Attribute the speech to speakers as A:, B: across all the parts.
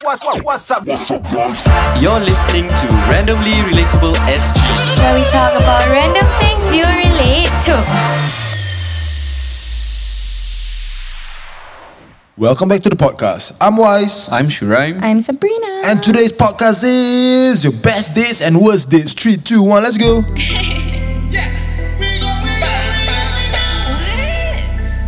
A: What, what, what's up?
B: You're listening to Randomly Relatable SG.
C: where we talk about random things you relate to.
A: Welcome back to the podcast. I'm Wise.
B: I'm Shuraim.
C: I'm Sabrina.
A: And today's podcast is your best dates and worst dates. Three, two, one, let's go.
D: randomly,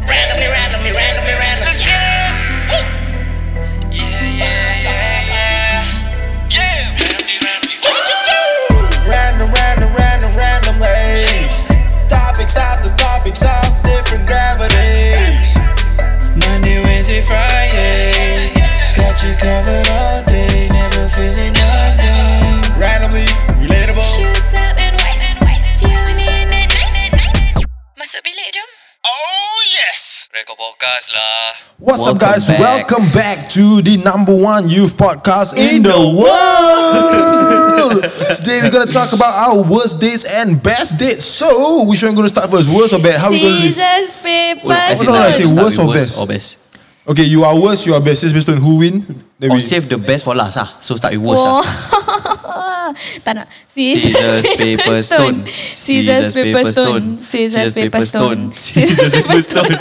D: randomly, randomly, randomly. Yeah. Woo. Yeah, yeah, yeah. Yeah. Randomly, randomly.
E: Random, random, random, randomly. Topics after topics of different gravity. Monday, Wednesday, Friday. Got you covered all day. Never feeling nothing. Randomly, relatable.
C: Shoes up and wise. Tune in at night. Masuk bilik jom.
D: Oh yes.
E: Rekor podcast lah.
A: What's
B: Welcome
A: up, guys?
B: back.
A: Welcome back to the number one youth podcast in, the world. Today, we're going to talk about our worst dates and best dates. So, which one going to start first? Worst or best? How we going to do this?
C: Scissors, paper,
A: as in,
C: stone.
A: like, actually, worst or best?
B: Or best.
A: Okay, you are worst, you are best. It's based on who win. Then
B: Or
A: we-
B: Oh, save the best for last ah. So start with worst
C: Oh.
B: ah.
C: tak nak Scissors,
B: paper, stone.
C: Scissors, paper, stone Scissors, paper, stone
B: Scissors, paper, stone.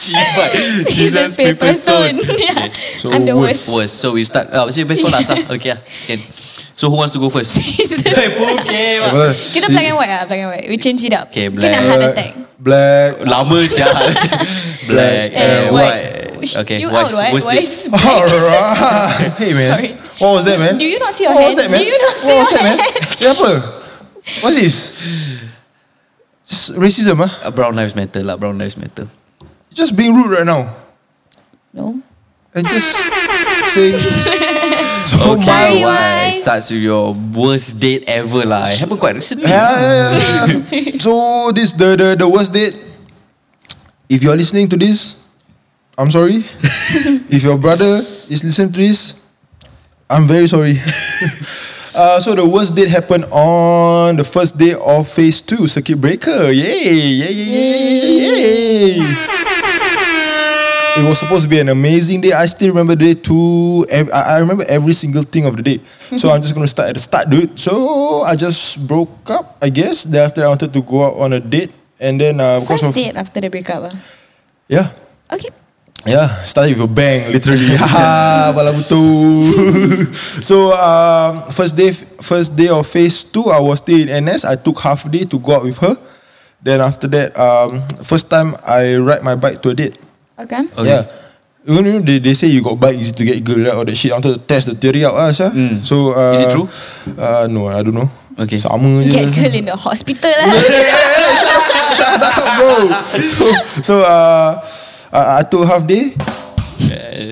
B: Cibat.
C: Scissors, paper, stone Yeah,
A: So,
C: I'm the
A: worst.
C: worst
B: Worst. So we start. Ah, say best for last ah. Okay ah. Can. So who wants to go first? Saya pun okay. Wak.
A: Uh,
C: Kita
A: see-
C: black and white lah Black and white We change it up
B: Okay,
C: Kena
B: black.
C: heart
A: black,
C: attack
A: Black.
B: Lama siah. Black
C: Eh,
B: and
C: white.
B: white. Okay.
C: You
B: wise.
C: out right
B: Worst date.
C: Wise
A: Alright. Hey man.
C: Sorry.
A: What was that man?
C: Do you not see your
A: what
C: hand?
A: Was that, man?
C: Do you not see
A: what
C: your
A: was that, man?
C: hand?
A: Yeah, apa? What's this? Just racism ah.
B: Uh, Brown Lives Matter lah. Brown Lives Matter.
A: Just being rude right now.
C: No
A: And just saying so my
B: Okay,
C: Sorry, why?
B: why? Starts with your worst date ever lah. It happened quite recently.
A: yeah, yeah, yeah, yeah. So this the, the the worst date. If you're listening to this, I'm sorry. if your brother is listening to this, I'm very sorry. uh, so the worst date happened on the first day of phase two, circuit breaker. Yay! Yay! Yay! Yay! Yay! yay. It was supposed to be an amazing day. I still remember the day too. Ev- I I remember every single thing of the day. So I'm just gonna start at the start, dude. So I just broke up, I guess. Then after that, I wanted to go out on a date, and then uh, because
C: First
A: of
C: date after the breakup ah.
A: yeah,
C: Okay
A: yeah, started Ya, with a bang, literally. Haha, pala butuh. so um, first day, first day of phase two, I was still in NS. I took half day to go out with her. Then after that, um, first time I ride my bike to a date.
C: Okay
B: Okay.
A: Yeah. You know, they, they say you got bike easy to get girl right, all that shit. I wanted to test the theory out lah, Syah. So uh,
B: Hmm. Is it true?
A: Uh, no, I don't know.
B: Okay.
A: Sama je.
C: Get girl in the hospital
F: eh?
C: lah
A: Shut up, bro. so, so uh, I, I took half day.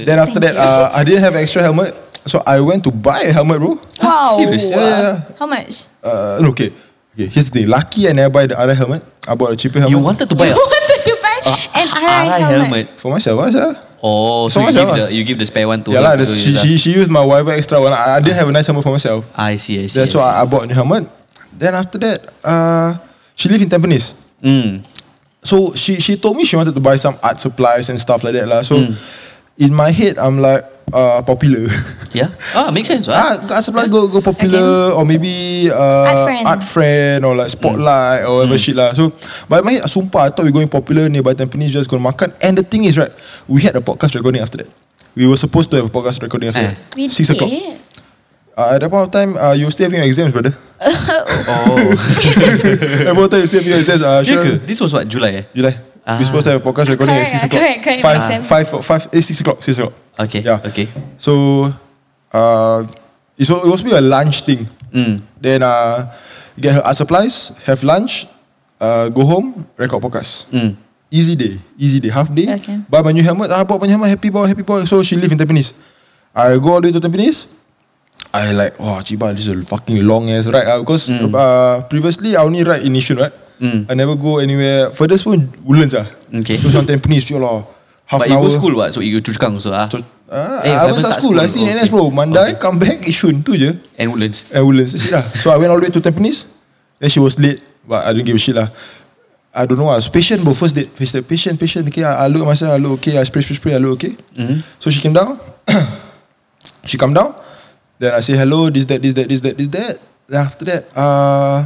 A: Then after that, uh, I didn't have extra helmet, so I went to buy a helmet, bro.
C: Wow
B: Serious?
A: Yeah, yeah, yeah.
C: How much?
A: Uh, no, okay. Okay, here's the thing. Lucky I never buy the other helmet. I bought a cheaper helmet.
B: You wanted to buy a
C: wanted to buy
A: Uh,
C: an RI
B: RI
C: helmet.
B: helmet.
A: for myself, ah, Syah.
B: Oh, so
A: So
B: you
A: much
B: give,
A: helmet.
B: the, you give the spare one to
A: Yeah, lah.
B: her. to
A: that's-
B: use
A: She,
B: lah.
A: she, she used my wife extra one. I, I didn't have a nice helmet for myself.
B: Ah. I see, I see.
A: That's
B: I
A: why
B: see.
A: I bought the helmet. Then after that, uh, she lived in Tampines.
B: Hmm.
A: So she she told me she wanted to buy some art supplies and stuff like that lah. So
B: Hmm.
A: in my head, I'm like, uh, popular.
B: Yeah? Ah, makes sense. Ah.
A: ah, art supplies go go popular or maybe uh,
C: Art friend.
A: art friend or like spotlight or
B: Hmm.
A: whatever shit lah. So but in my head, I sumpah, I thought we going popular nearby Tampines, just going to makan. And the thing is right, we had a podcast recording after that. We were supposed to have a podcast recording after
B: Eh.
A: that. Six o'clock. Uh, at that point of time, uh, you were still having your exams, brother.
B: Oh.
A: At one time you said you said uh,
B: yeah,
A: sure.
B: ke? This was what, July eh?
A: July.
B: Ah.
A: We're supposed to have a podcast recording
C: Correct, uh,
A: at 6 o'clock.
C: correct, correct,
A: Five,
C: makes sense.
A: five, five, eh, 6 o'clock, 6 o'clock.
B: Okay,
A: Yeah.
B: okay.
A: So, uh, it's, al- it was be a lunch thing.
B: Mm.
A: Then, uh, get her art supplies, have lunch, uh, go home, record podcast.
B: Mm.
A: Easy day, easy day, half day.
C: Okay.
A: Buy my new helmet, I bought my new helmet, happy boy, happy boy. So, she live in Tampines. I go all the way to Tampines. I like, wow, Chiba, this is a fucking long ass ride. ah." because
B: Mm.
A: uh, previously I only ride in Yishun, right? I never go anywhere. Furthest pun Woodlands ah.
B: Okay.
A: So macam Tampines, you lah. Half
B: But
A: an
B: you
A: hour.
B: go school what? So you go Chukang also ah?
A: So, ah,
B: Eh,
A: I was
B: haven't
A: at
B: start
A: school, I see
B: school. Okay.
A: NS bro. Mandai, come back, Yishun, tu je.
B: And Woodlands.
A: And Woodlands, that's Eh, it lah. so I went all the way to Tampines. Then she was late, but I didn't give a shit lah. I don't know, I was patient bro, first date. First date, patient, patient. Okay, I, I look at myself, I look okay, I spray, spray, spray, I look okay. So she came down. She come down. Then I say hello, this, that, this, that, this, that, this, that. Then after that, uh,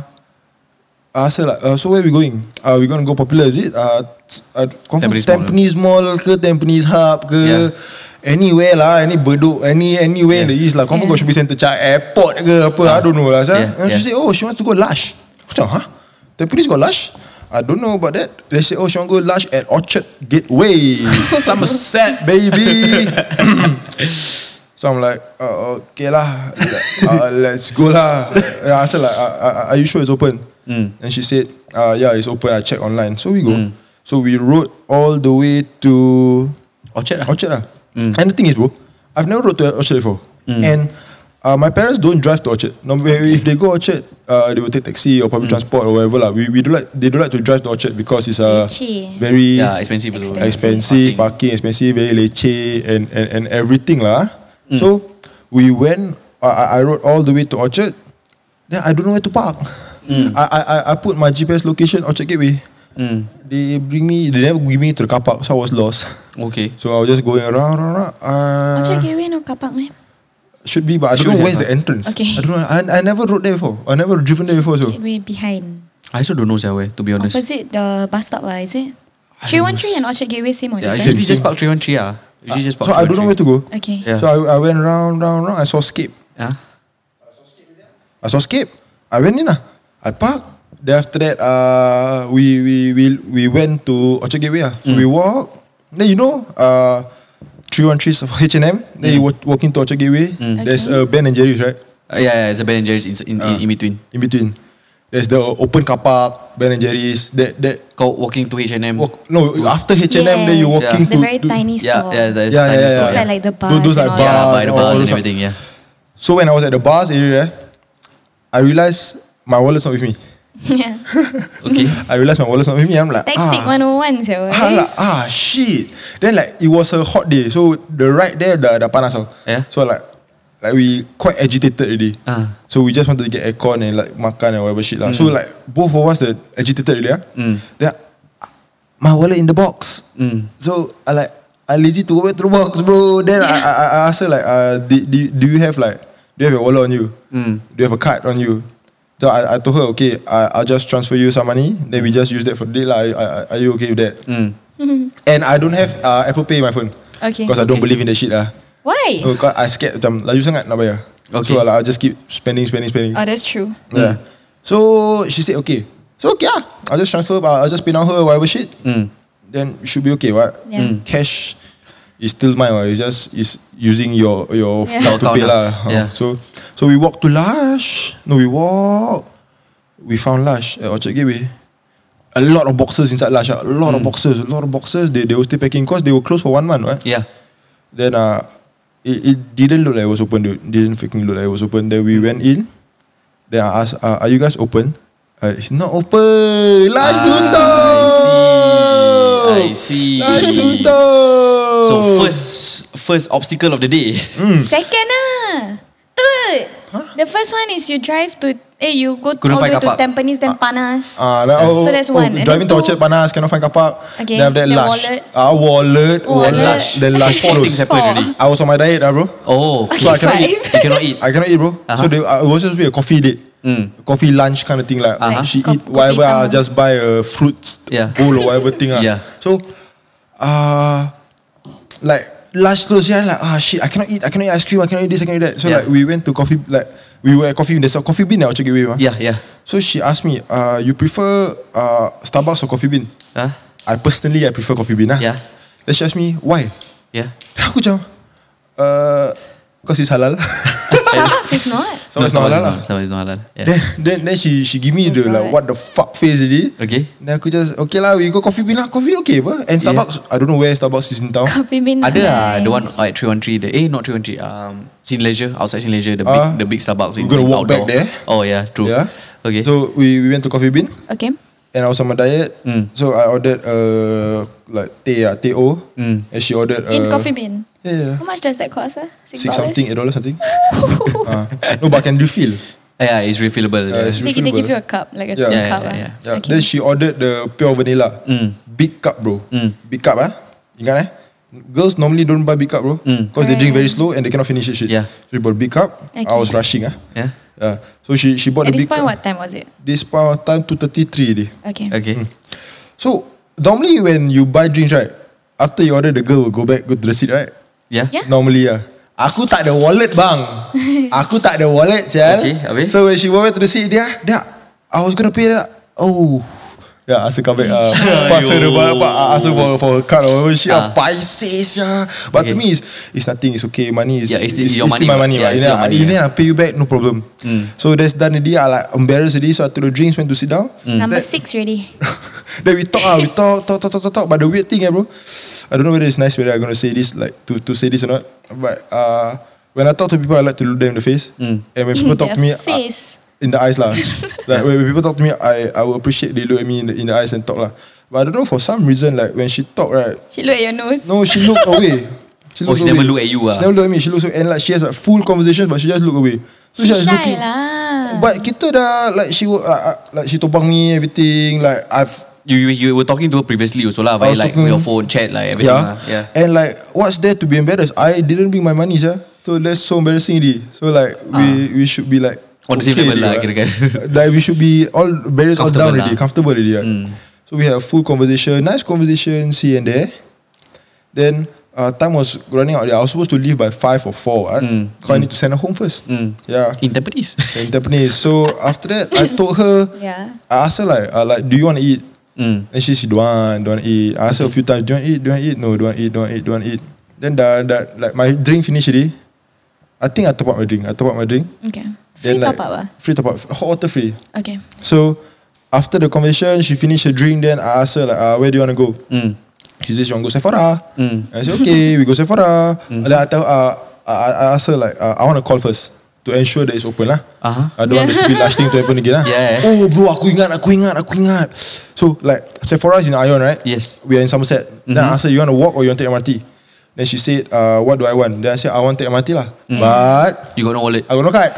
A: I said like, uh, so where we going? Uh, we gonna go popular, is it? Uh, t- uh, confirm
B: Tampines Mall.
A: Tampines Mall ke, Tampines Hub ke,
B: Yeah.
A: anywhere lah, any Bedok, any anywhere in the
B: Yeah. Ah.
A: east lah. Confirm got shopping centre, Chai airport ke apa, I don't know lah. Sah.
B: Yeah,
A: And she say,
B: yeah.
A: oh, she wants to go Lush. Aku cakap, huh? Tampines got Lush? I don't know about that. They say, oh, she want to go Lush at Orchard Gateway, Somerset, baby. So I'm like, uh, okay lah, uh, let's go lah. And I said like, uh, uh, are you sure it's open? And she said, uh, yeah, it's open. I checked online. So we go. So we rode all the way to
B: Orchard lah.
A: Orchard lah. And the thing is, bro, I've never rode to Orchard before. And uh, my parents don't drive to Orchard. No, if they go Orchard, uh, they will take taxi or public transport or whatever lah. We, we do like they do like to drive to Orchard because it's a
F: Leceh.
A: very
B: Yeah, expensive. as well.
A: expensive, parking expensive, very leceh and, and, and everything lah. So we went, I, I I rode all the way to Orchard. Then I don't know where to park. I, I, I- I put my GPS location Orchard Gateway. Hmm. They bring me, they never give me to the car park, so I was lost.
B: Okay.
A: So I was just going around, around, around. Uh,
F: Orchard Gateway no car park meh?
A: Should be, but I don't
B: Should
A: know
B: have,
A: where's
B: huh?
A: the entrance.
F: Okay.
A: I don't know. I, I never rode there before. I never driven there before. So
F: Gateway behind.
B: I also don't know sia where, to be honest.
F: Opposite the bus stop lah, is it? 313 and Orchard Gateway same or
B: Yeah, I
F: different?
B: usually just park 313 ah. Usually just park
A: so I don't know where to go.
F: Okay.
B: Yeah.
A: So I, I went round, round, round. I saw Scape.
B: Ah.
A: I saw Skip. I went in lah. I park. Then after that, uh, we we we we went to Orchard Gateway lah. So we walk. Then you know, uh, three one trees of H and M. Then you walk, walk into Orchard Gateway. There's
F: Okay.
A: a Ben and Jerry's right
B: Uh, yeah, yeah, it's a Ben and Jerry's in, in,
A: Ah.
B: in, in between.
A: in between. There's the open car park, Ben and Jerry's. That that
B: Kau walking to H&M.
A: walk, no after H and M, then you
F: Yes,
A: walking
F: The
A: to,
F: very
A: to-
F: tiny
B: yeah,
F: store.
B: yeah, there's
A: Yeah,
B: tiny
A: yeah,
B: store.
F: Those
A: yeah.
F: are like the bars.
A: Those- those
F: and
A: like
F: all
B: Yeah,
A: bars
F: that.
B: uh, by the
A: and all
B: bars and
A: those
B: everything, yeah.
A: So when I was at the bars area, I realized my wallet's not with me.
F: yeah.
B: Okay.
A: I realized my wallet's not with me. I'm like,
F: Tactic
A: ah.
F: 101 sia.
A: Ah, like, ah shit. Then like it was a hot day, so the ride there the the panas tau.
B: Yeah.
A: So like like we quite agitated already.
B: Ah.
A: So we just wanted to get aircon and like makan and whatever shit lah. So like both of us are agitated already. ah. Then ah, my wallet in the box.
B: Hmm.
A: So I like I lazy to go back to the box, bro. Then I, I, I I asked her like, uh, do, do, do you have like do you have your wallet on you?
B: Hmm.
A: Do you have a card on you? So I, I told her, okay, I, I'll just transfer you some money. Then we just use that for the day. lah. Are- are, are you okay with that?
B: Hmm.
A: And I don't have uh, Apple Pay in my phone.
F: Okay.
A: Because I don't
B: Okay.
A: believe in that shit lah.
F: Why?
A: No, cause I scared macam laju sangat nak bayar.
B: Okay.
A: So like, I'll just keep spending, spending, spending.
F: Oh, that's true.
A: yeah. Mm. So she said okay. So okay lah. I'll just transfer, but I'll just pay now her whatever shit.
B: Mm.
A: Then should be okay, what?
F: Yeah. Mm.
A: Cash is still mine. What? It's just is using your your
F: Yeah.
A: card to
B: Your account
A: pay
B: lah.
A: lah. Uh-huh.
B: Yeah.
A: So so we walk to Lush. No, we walk. We found Lush at Orchard Gateway. A lot of boxes inside Lush. ah. A lot
B: Mm.
A: of boxes. A lot of boxes. They they were still packing because they were closed for one month, right?
B: Yeah.
A: Then uh, it, it didn't look like it was open, dude. Didn't freaking look like it was open. Then we went in. Then I asked, uh, "Are you guys open?" Uh, it's not open. Last
B: Ah,
A: tutup.
B: I see. I
A: Last
B: see.
A: tutup.
B: So first first obstacle of the day.
A: Hmm.
F: Second ah. Third. The first one is you drive to eh you go
B: Couldn't
F: all the
B: find
F: way to
B: car park.
F: Tampines then panas.
A: Ah, like, oh,
F: So that's
A: oh,
F: one. And
A: driving
F: then
A: to Orchard
F: two-
A: panas cannot find car park.
F: Okay,
A: Then after that
F: then
A: lush.
F: wallet.
A: Ah, wallet,
F: Wallet.
A: wallet, then lush
B: Four things
A: close.
B: happened
F: Four.
B: already.
A: I was on my diet, ah, bro.
B: Oh, okay.
A: So I cannot
F: five.
A: eat.
B: you cannot eat.
A: I cannot eat, bro.
B: Uh-huh. Mm.
A: So they, uh, it was just be a coffee date, coffee lunch kind of thing. Like
B: Uh-huh.
A: she
F: Co-
A: eat whatever, I
F: kopi tamu.
A: just buy a fruit
B: Yeah.
A: bowl or whatever thing. ah.
B: Yeah.
A: So, uh, like lunch close, yeah. Like ah shit, I cannot eat. I cannot eat ice cream. I cannot eat this. I cannot eat that. So
B: Yeah.
A: like we went to coffee. Like we were at coffee. There's a coffee bean at Orchard Gateway, mah.
B: Yeah, yeah.
A: ah. So she asked me, uh, you prefer uh, Starbucks or coffee bean?
B: Huh?
A: I personally I prefer coffee bean. Ah.
B: Yeah.
A: Then she asked me why.
B: Yeah.
A: Aku macam, uh, because it's halal.
F: Starbucks is not.
A: So it's not halal lah.
B: Sama is not halal. Yeah.
A: Then, then then she she give me the like
F: God.
A: what the fuck face already.
B: Okay.
A: Then aku just okay lah we go coffee bean lah coffee bean okay apa and Starbucks I don't know where Starbucks is in town.
F: Coffee bean.
B: Ada
F: nice.
B: lah The one at 313 the, Eh not 313 um, Sin Leisure Outside Sin Leisure The big,
A: Ah.
B: the big Starbucks
A: We're gonna
B: in
A: walk back there.
B: Oh yeah true
A: Yeah.
B: Okay
A: So we we went to coffee bean
F: Okay.
A: and I was on my diet.
B: Mm.
A: So I ordered uh like teh ah teh o
B: Mm.
A: and she ordered uh,
F: In coffee bean.
A: Yeah. yeah.
F: How much does that cost? Ah? Six,
A: Six
F: dollars?
A: something, eight dollars something. uh, no, but I can refill.
B: Yeah it's refillable
A: Uh, it's
F: They, they give you a cup, like a
A: Yeah.
B: Yeah,
F: cup.
B: yeah,
F: ah.
B: yeah.
A: Yeah.
F: Okay.
B: Hmm.
A: Then she ordered the pure vanilla. Big cup, bro. Big cup, ah. Ingat eh? Girls normally don't buy big cup, bro, because they drink very slow and they cannot finish it. Shit.
B: Hmm. Yeah.
A: So you bought big cup. I
F: Okay.
A: was rushing, ah.
B: Yeah.
A: Yeah. So she she bought
F: At
A: the
F: this
A: big cup.
F: point, what time was it?
A: This point of time two thirty three.
F: Okay.
B: Okay.
A: Hmm. So normally when you buy drinks, right, after you order, the girl will go back go to the seat, right?
B: Yeah.
F: Yeah.
A: Normally ah. Aku tak ada wallet bang. Aku tak ada wallet, Jal.
B: Okay, habis?
A: So when she went back to the seat, dia, dia, I was gonna pay that. Oh. Yeah, ask her come back. Uh, pass her the bar, pa- ask her uh, for, for her card or whatever. She
B: Ah.
A: uh. paiseh sia. But to
B: Okay.
A: me, it's, it's nothing. It's okay. Money is
B: Yeah, it's still
A: it's,
B: your
A: it's still my
B: money,
A: money. Mm.
B: yeah,
A: right? In
B: it's
A: the
B: still your money,
A: end, in the end, I pay you back, no problem. So that's done already. I like embarrassed already. So I took the drinks, went to sit down.
F: Number
A: That-
F: six already.
A: then we talk, ah, we talk, talk, talk, talk, talk, talk. But the weird thing, eh, bro, I don't know whether it's nice whether I'm gonna say this, like to, to say this or not. But uh, when I talk to people, I like to look them in the face.
B: Mm.
A: And when people talk to me,
F: Their
A: I,
F: face.
A: in the eyes lah. like when, when people talk to me, I I will appreciate they look at me in the, in the eyes and talk lah. But I don't know for some reason, like when she talk, right?
F: She look at your nose.
A: No, she looked away. She
B: Oh, she never look at you ah.
A: She never look at me. She looks and like she has like full conversations, but she just look away. So
F: She
A: she's
F: shy
A: looking.
F: lah.
A: But kita dah like she wa- uh, uh, like she topang me everything like I've
B: You, you you were talking to her previously also
A: I
B: lah, by
A: was
B: like
A: talking-
B: your phone chat like everything
A: Yeah.
B: lah. Yeah.
A: And like, what's there to be embarrassed? I didn't bring my money, sir. So that's so embarrassing, really. So like, we we should be like
B: On Ah. Oh, the same level
A: already,
B: lah,
A: right?
B: kira-kira.
A: Like we should be all barriers all
B: Comfortable
A: down already,
B: lah. Hmm.
A: comfortable already. right? So we have full conversation, nice conversation here and there. Then uh, time was running out. Yeah, I was supposed to leave by five or four. Right?
B: Hmm.
A: So I need to send her home first. Yeah.
B: In Tampines.
A: In Tampines. So after that, I told her,
F: Yeah.
A: I asked her like, uh, like, do you want to eat?
B: Hmm.
A: And she said, don't want, don't want eat. I asked her a few times, do you want eat, do you want eat? No, don't want eat, don't want eat, don't want eat. Then the, the, like my drink finished already. I think I top up my drink. I top up my drink.
F: Okay. Free
A: Then,
F: top
A: like,
F: up ah.
A: Free top up. Hot water free.
F: Okay.
A: So after the conversation, she finished her drink. Then I asked her like, uh, where do you want to go?
B: Mm.
A: She says she want to go Sephora. And I said okay, we go Sephora.
B: Mm.
A: And then I tell uh, I, I I asked her like, uh, I want to call first to ensure that it's open lah.
B: Uh-huh.
A: I don't want the stupid last thing to happen again lah.
B: Yeah.
A: Oh bro, aku ingat, aku ingat, aku ingat. So like Sephora is in Ion right?
B: Yes. Mm-hmm.
A: We are in Somerset. Then I asked her, you want to walk or you want to take MRT? Then she said, uh, what do I want? Then I said, I want to take MRT lah.
B: Mm.
A: But
B: You got no wallet.
A: I got no card.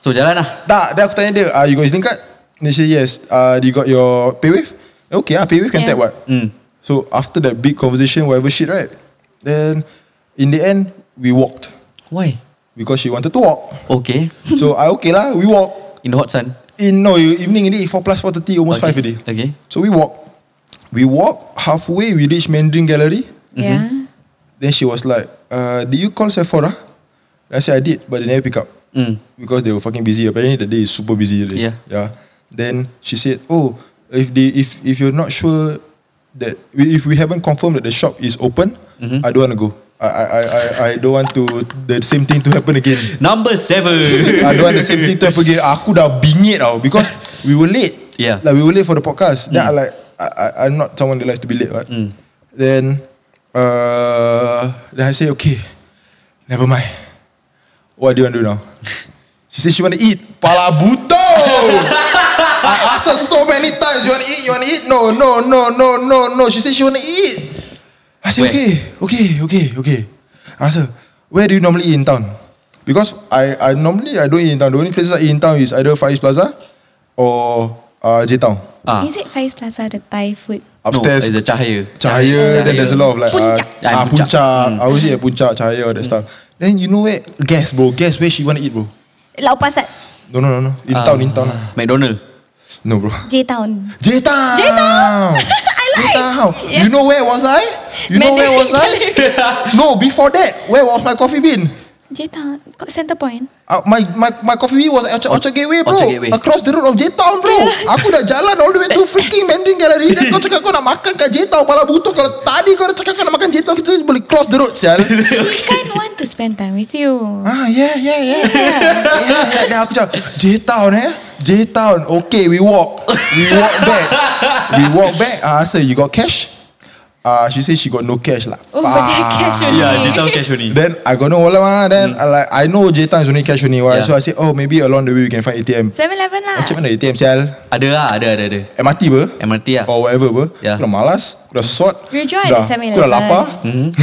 B: So jalan lah.
A: Tak, then aku tanya dia, ah, you got his link card? Then she say, yes. Uh, you got your paywave? Okay, ah, paywave can
F: Yeah.
A: tap what?
B: Hmm.
A: So after that big conversation, whatever shit, right? Then in the end, we walked
B: Why?
A: because she wanted to walk.
B: Okay.
A: so I okay lah, we walk.
B: In the hot sun.
A: In no evening ini 4 plus 4.30 almost 5
B: Okay.
A: already.
B: Okay.
A: So we walk. We walk halfway we reach Mandarin Gallery.
B: Mm-hmm.
F: Yeah.
A: Then she was like, uh, did you call Sephora? I said I did, but they never pick up. Because they were fucking busy. Apparently the day is super busy. that day.
B: Yeah.
A: Yeah. Then she said, Oh, if they if if you're not sure that we- if we haven't confirmed that the shop is open, I don't want to go. I, I, I, I- I don't want to the same thing to happen again.
B: Number seven.
A: I don't want the same thing to happen again. Aku dah bingit tau because we were late.
B: Yeah.
A: Like we were late for the podcast. Then I like I, I I'm not someone that likes to be late, right? Then uh then I say okay, never mind. What do you want to do now? she said she want to eat palabuto. I asked her so many times, you want to eat, you want to eat? No, no, no, no, no, no. She said she want to eat. I said,
B: Where?
A: okay, okay, okay, okay. I asked her, where do you normally eat in town? Because I, I normally I don't eat in town. The only places I eat in town is either Far East Plaza or uh, J Town.
B: ah.
F: Is it Faiz Plaza the Thai food?
B: No,
A: Upstairs,
B: it's a cahaya.
A: Cahaya, then there's a lot of like
F: Puncak.
A: Uh,
B: Yeah,
A: ah,
B: Puncak. Mm.
A: puncak. I always eat at Puncak, Cahaya, all that stuff. Then you know where? Guess, bro. Guess where she want to eat, bro.
F: Lau Pasat,
A: No, no, no, no. In
B: Ah.
A: town, in town. lah.
B: McDonald.
A: No, bro.
F: J Town.
A: J Town. J Town. You know where was I? You know where was I? no, before that, where was my coffee bean?
F: J Town, Center Point.
A: Uh, my, my my coffee bean was at Orchard, Orchard Gateway bro
B: Orchard Gateway.
A: Across the road of J Town bro Aku dah jalan all the way to freaking Mandarin Gallery Dan kau cakap kau nak makan kat J Town Pala butuh Kalau tadi kau dah cakap kau nak makan J Town Kita boleh cross the road sial
F: We can't want to spend time with you.
A: Ah yeah yeah yeah yeah yeah. Then aku cakap J Town eh J Town okay we walk we walk back we walk back. Ah uh, so you got cash? Ah uh, she say she got no cash lah.
F: Oh, but that cash only.
B: Yeah, Jitao Ya, cash only.
A: Then I got no wallet mah. Then I like I know J Town is only cash only. Right?
B: Hmm. Yeah.
A: So I say oh maybe along the way we can find ATM.
F: 7-Eleven lah.
A: Macam Oh, mana ATM sial?
B: Ada lah, ada, ada, ada.
A: MRT ber?
B: MRT lah.
A: Or whatever ber?
B: Yeah.
A: Aku dah malas. Aku dah sot.
F: You're dry at
A: dah-
F: 7-Eleven.
A: Aku dah lapar.
B: Mm-hmm.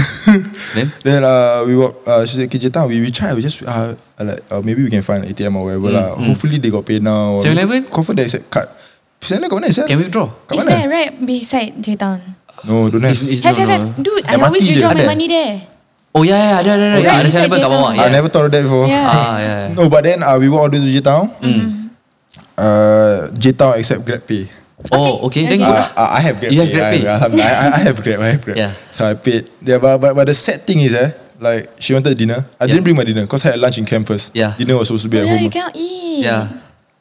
B: Then?
A: Then uh, we walk. Uh, she said, "Okay, Jeta, we we try. We just uh,
B: Mm,
A: like uh, maybe we can find an ATM or whatever lah. Hopefully they got pay now.
B: 7-Eleven?
A: Confirm they accept card. Sana kat mana Sial?
B: Can withdraw?
A: Kat
F: Is
A: mana?
F: there right beside J Town?
A: eh? No, don't have.
B: It's, it's,
F: Have,
B: no,
F: have, have.
B: no.
F: Dude,
A: Dah
F: I always
A: mati je.
F: withdraw my
A: Ada.
F: money there.
B: Oh yeah, yeah, ada, ada, ada.
F: Right
B: Yeah, ada
F: beside
B: sana pun kat
F: J-Town.
B: bawah.
A: I
B: Yeah.
A: never thought of ya, that before.
F: Yeah.
B: Ah, yeah. yeah.
A: No, but then uh, we were order to J-Town. Mm. Uh, J-Town accept GrabPay.
B: Oh, okay. Then
F: Okay.
B: good lah.
A: Uh, I I have GrabPay.
B: You have GrabPay?
A: I, I, I, I have Grab. I have Grab.
B: Yeah.
A: So I paid. Yeah, but, but, but the sad thing is, eh, like she wanted dinner. I
B: Yeah.
A: didn't bring my dinner because I had lunch in camp first.
B: Yeah.
A: Dinner was supposed to be
F: Oh,
A: at
F: yeah, you
A: home.
F: cannot eat.
B: Yeah.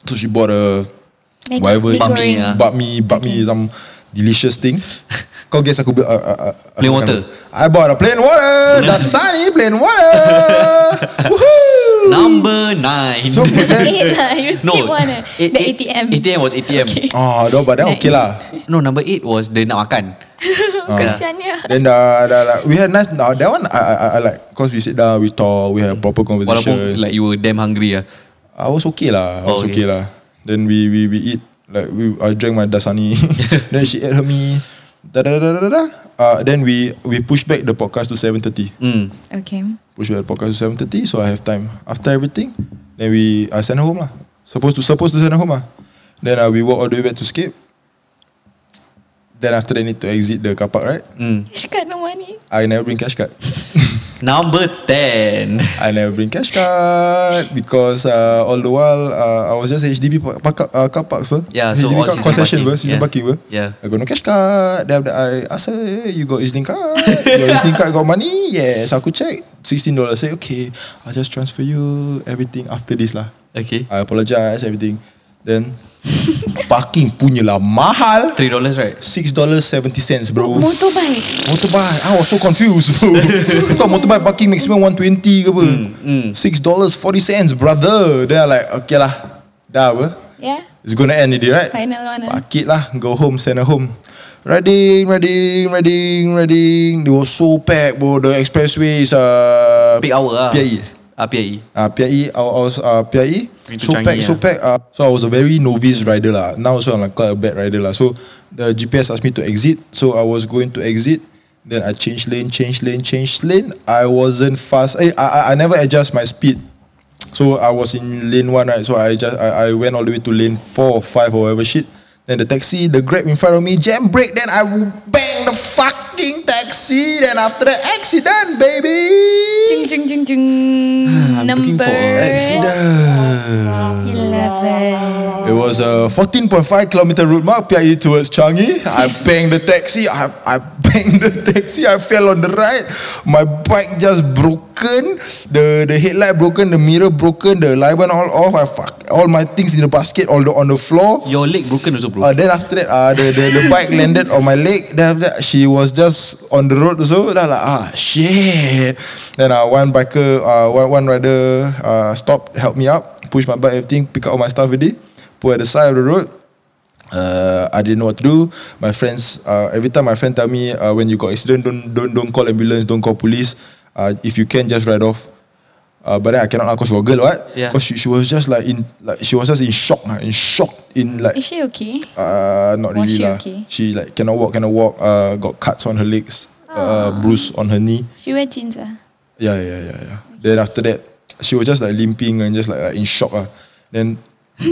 A: So she bought a
F: Maggi-
A: whatever
F: Maggi
B: Bami,
F: goreng.
B: ah.
A: bought me bought me some delicious thing. Kau guess aku beli uh, uh, uh, aku
B: Plain water.
A: makan. I bought a plain water. Dasani plain water. Woohoo!
B: Number nine.
A: So but then,
F: Eight lah, you skip one eh.
B: eight-
F: The
B: eight-
F: ATM.
B: ATM was ATM.
F: Okay.
A: oh, no, but then okay lah.
B: No, number eight was dia nak makan.
F: Oh, Kasiannya.
A: Then dah, dah, dah, we had nice. Nah, that one I, I, I- I like. Cause we sit down, we talk, we had a proper conversation.
B: Walaupun like you were damn hungry ah.
A: I was okay lah. I
B: Oh,
A: was
B: okay.
A: okay, lah. Then we we we eat like we I drank my dasani. then she ate her mee. Da da da da da. da. Uh, then we we push back the podcast to seven thirty.
B: Hmm.
F: Okay.
A: Push back the podcast to seven thirty, so I have time after everything. Then we I send her home lah. Supposed to supposed to send her home lah. Then uh, we walk all the way back to escape. Then after they need to exit the car park, right? Mm,
F: She got no money.
A: I never bring cash card.
B: Number ten.
A: I never bring cash card because uh, all the while uh, I was just HDB park, park, uh, car parks bro.
B: Yeah, so
A: HDB
B: all
A: car-
B: season
A: concession
B: parking.
A: bro, season
B: Yeah.
A: parking bro.
B: Yeah.
A: I got no cash card. Then after that I ask her, "Hey, you got EZ-Link card? Your EZ-Link card got money? Yes, aku check. $16. Say, okay, I'll just transfer you everything after this lah.
B: Okay.
A: I apologize, everything. Then, parking punya lah mahal.
B: Three dollars right?
A: $6.70 bro.
F: Motorbike.
A: Motorbike I was so confused bro I thought motorbike parking maximum 120 ke apa Six dollars forty cents brother Then I like okay lah Dah apa
F: Yeah.
A: It's gonna end already right
F: Final one, eh?
A: Fuck it lah Go home send her home Riding riding riding riding They were so packed bro The expressway is uh,
B: Peak hour ah.
A: PIE
B: Ah, PIE.
A: Ah, PIE, I was uh, PIE.
B: Into
A: So
B: Changi,
A: pack, so
B: ah.
A: pack. Uh, so I was a very novice rider lah. Now also I'm like quite a bad rider lah. So the GPS asked me to exit. So I was going to exit. Then I changed lane, changed lane, changed lane. I wasn't fast. Eh, I, I, I- I never adjust my speed. So I was in lane one, right? So I just I, I went all the way to lane four or five or whatever shit. Then the taxi, the grab in front of me, jam brake. Then I will bang the fucking taxi. Then after that, accident, baby.
F: Jung jung jung jung.
B: I'm looking for
F: Number
B: a-
A: Accident.
F: eleven.
A: It was a 14.5 kilometer route mark PIE towards Changi. I banged the taxi. I, I banged the taxi. I fell on the right. My bike just broken. The the headlight broken. The mirror broken. The liban all off. I fuck all my things in the basket all the, on the floor.
B: Your leg broken also bro.
A: Uh, then after that, uh, the, the the bike landed on my leg. Then after that, she was just on the road. So then I like ah shit. Then uh, one biker, uh, one one rider, uh, stopped, helped me up, pushed my bike, everything, pick up all my stuff already, put at the side of the road. Uh, I didn't know what to do. My friends, uh, every time my friend tell me uh, when you got accident, don't don't don't call ambulance, don't call police. Uh, if you can, just ride off. Uh, but then I cannot lah cause she got girl what?
B: Yeah.
A: Cause she, she was just like in like she was just in shock, ah, in shock, in like
F: Is she okay?
A: uh, not
F: Was
A: really
F: she
A: lah.
F: okay?
A: She like cannot walk, cannot walk. Uh, got cuts on her legs,
F: Ah.
A: uh, bruise on her knee.
F: She wear jeans ah.
A: Yeah, yeah, yeah, yeah. ya, Then after that, she was just like limping and just like, like in shock ah. Then,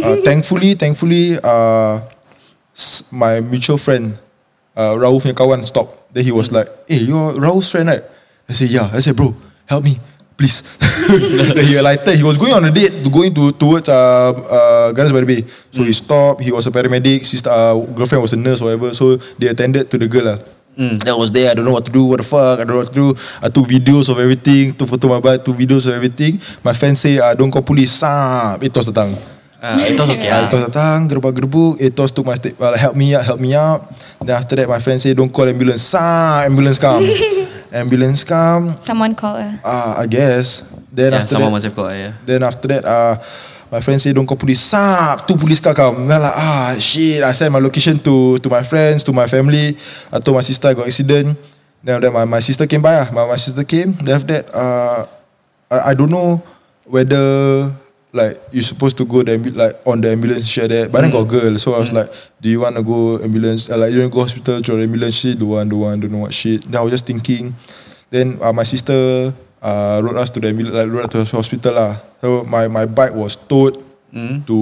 A: uh, thankfully, thankfully, uh, s- my mutual friend, uh, Rauf punya kawan stop. Then he was like, "Hey, you're Rauf's friend, right?" I say, "Yeah." I say, "Bro, help me." Please. Then he alighted. He was going on a date, going to towards uh, uh, Gardens by the Bay. So he stopped. He was a paramedic. His uh, girlfriend was a nurse, or whatever. So they attended to the girl. lah. Mm. I was there. I don't know what to do. What the fuck? I don't know what to do. I took videos of everything. Took photo my bike. Took videos of everything. My friend say, uh, don't call police. Sam. Etos datang.
B: Ah, it was okay. ah.
A: Etos datang. Gerbak-gerbuk. Etos took my step. Uh, help me out. Help me out. Then after that, my friend say, don't call ambulance. Sam. Ambulance come. ambulance come.
F: Someone call her.
A: Uh, I guess. Then
B: Yeah,
A: after
B: someone
A: that,
B: must have got yeah.
A: Then after that, uh, my friend say don't call police. Sap, tu police car come. Then I like ah shit. I send my location to to my friends, to my family. I told my sister I got accident. Then then my, my sister came by. Ah, my my sister came. Then after that, uh, I, I don't know whether like you supposed to go the ambu- like on the ambulance share that. But then
B: Mm.
A: got girl, so I was like, do you want to go ambulance? Uh, like you want to go hospital to ambulance shit? Don't want, don't want, don't know what shit. Then I was just thinking. Then uh, my sister uh, rode us to the ambul- like, rode us to the hospital
B: Mm.
A: lah. So my my bike was towed to